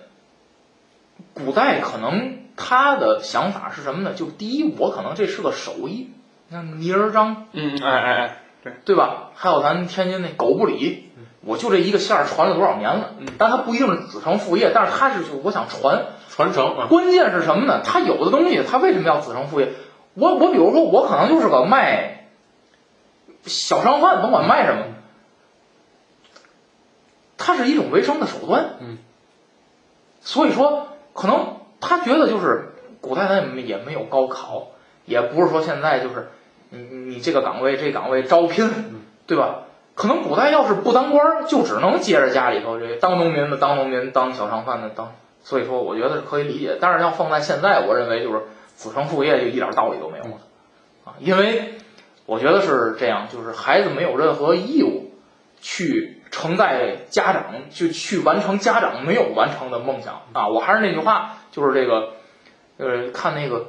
Speaker 2: 古代可能他的想法是什么呢？就第一，我可能这是个手艺，像泥人张
Speaker 1: 嗯，哎哎哎，
Speaker 2: 对吧？还有咱天津那狗不理，
Speaker 3: 嗯
Speaker 2: 我就这一个馅儿传了多少年了，但它不一定是子承父业，但是它是就我想传。
Speaker 3: 传承啊，
Speaker 2: 关键是什么呢？它有的东西它为什么要子承父业？我我比如说我可能就是个卖小商贩甭管卖什么，
Speaker 3: 嗯
Speaker 2: 它是一种维生的手段。
Speaker 3: 嗯，
Speaker 2: 所以说可能他觉得就是古代他也没也没有高考，也不是说现在就是你嗯你这个岗位这岗位招聘，对吧？可能古代要是不当官儿，就只能接着家里头这当农民的当农民，当小商贩的当。所以说，我觉得是可以理解。但是要放在现在，我认为就是子承父业就一点道理都没有了啊，因为我觉得是这样，就是孩子没有任何义务去承载家长，就去完成家长没有完成的梦想啊。我还是那句话，就是这个，呃，看那个，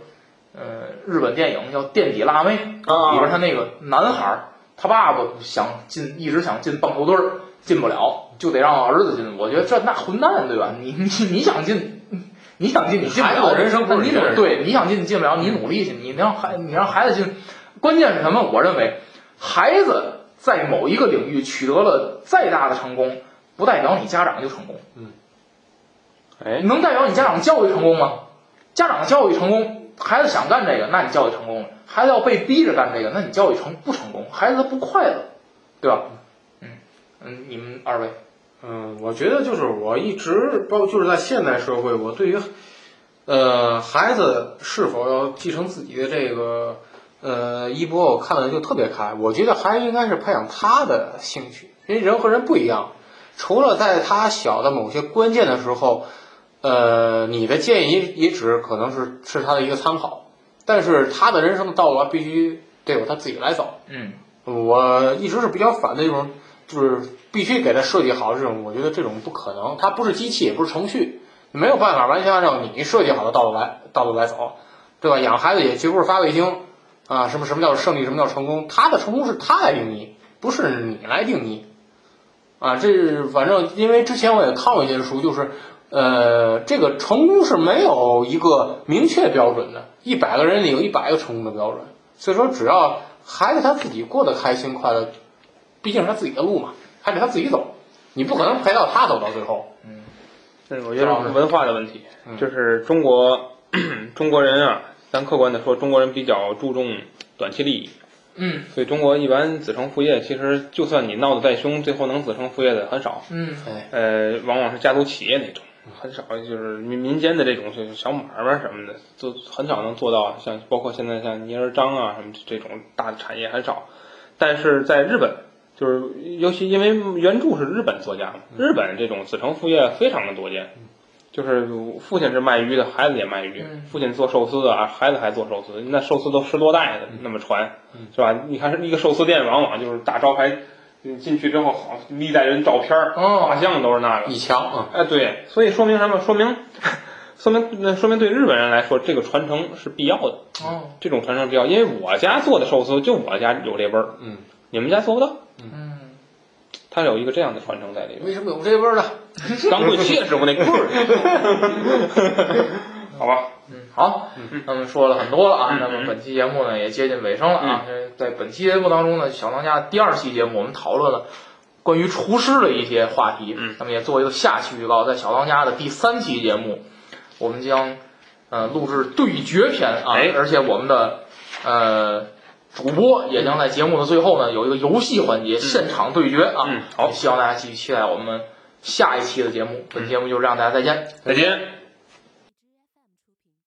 Speaker 2: 呃，日本电影叫《垫底辣妹》，
Speaker 1: 啊
Speaker 3: 哦
Speaker 2: 里边他那个男孩儿，他爸爸想进，一直想进棒球队儿，进不了，就得让儿子进。我觉得这那混蛋，对吧？你你你想进，你想进，你进不
Speaker 3: 孩子
Speaker 2: 了。
Speaker 3: 的人生不
Speaker 2: 那
Speaker 3: 是
Speaker 2: 你
Speaker 3: 一个人
Speaker 2: 努对，你想进你进不了，你努力去，你让孩你让孩子进。关键是什么？我认为，孩子在某一个领域取得了再大的成功，不代表你家长就成功。
Speaker 1: 哎，
Speaker 2: 能代表你家长教育成功吗？家长教育成功，孩子想干这个，那你教育成功了；孩子要被逼着干这个，那你教育成不成功？孩子不快乐，对吧？嗯嗯，你们二位，
Speaker 3: 嗯，我觉得就是我一直包就是在现代社会，我对于呃孩子是否要继承自己的这个呃衣钵，我看的就特别开。我觉得还应该是培养他的兴趣，因为人和人不一样。除了在他小的某些关键的时候，呃，你的建议也只可能是是他的一个参考，但是他的人生的道路啊必须得由他自己来走。
Speaker 2: 嗯，
Speaker 3: 我一直是比较反对这种，就是必须给他设计好这种，我觉得这种不可能，它不是机器，也不是程序，没有办法完全按照你设计好的道路来道路来走，对吧？养孩子也绝不是发卫星啊，什么什么叫胜利，什么叫成功，他的成功是他来定义，不是你来定义啊。这是反正因为之前我也看过一些书，就是呃，这个成功是没有一个明确标准的，一百个人里有一百个成功的标准。所以说，只要孩子他自己过得开心快乐，毕竟是他自己的路嘛，还得他自己走，你不可能陪到他走到最后。
Speaker 1: 这我觉得是文化的问题，
Speaker 3: 嗯
Speaker 1: 就是中国 中国人啊，咱客观的说，中国人比较注重短期利益，
Speaker 2: 嗯
Speaker 1: 所以中国一般子承父业，其实就算你闹得再凶，最后能子承父业的很少。
Speaker 2: 嗯
Speaker 1: 呃，往往是家族企业那种，很少就是民民间的这种就是小买卖什么的，都很少能做到像包括现在像泥儿张啊什么这种大的产业很少，但是在日本。就是，尤其因为原著是日本作家嘛，日本这种子承父业非常的多见，就是父亲是卖鱼的，孩子也卖鱼；
Speaker 2: 嗯
Speaker 1: 父亲做寿司的，啊孩子还做寿司，那寿司都十多代的那么传，是吧？你看一个寿司店，往往就是大招牌，你进去之后好历代人照片儿
Speaker 2: 哦
Speaker 1: 画像都是那个，
Speaker 3: 以强啊，
Speaker 1: 哎，对，所以说明什么？说明， 说明，那说明对日本人来说，这个传承是必要的。
Speaker 2: 哦
Speaker 1: 这种传承必要，因为我家做的寿司就我家有这味儿，
Speaker 3: 嗯，
Speaker 1: 你们家做不到。
Speaker 2: 嗯，
Speaker 1: 它有一个这样的传承在里面。
Speaker 3: 为什么有这味儿呢？
Speaker 2: 嗯
Speaker 1: 当棍切师傅那 棍儿，好吧？
Speaker 2: 嗯好，那么说了很多了啊，
Speaker 1: 嗯
Speaker 2: 那么本期节目呢也接近尾声了啊。这在本期节目当中呢，小当家第二期节目我们讨论了关于厨师的一些话题，
Speaker 1: 嗯
Speaker 2: 那么也做一个下期预告，在小当家的第三期节目，我们将呃录制对决篇啊，
Speaker 1: 哎
Speaker 2: 而且我们的呃主播也将在节目的最后呢有一个游戏环节，现场对决啊。
Speaker 1: 嗯嗯好
Speaker 2: 希望大家继续期待我们下一期的节目。本节目就是这样，大家再见。
Speaker 1: 再见。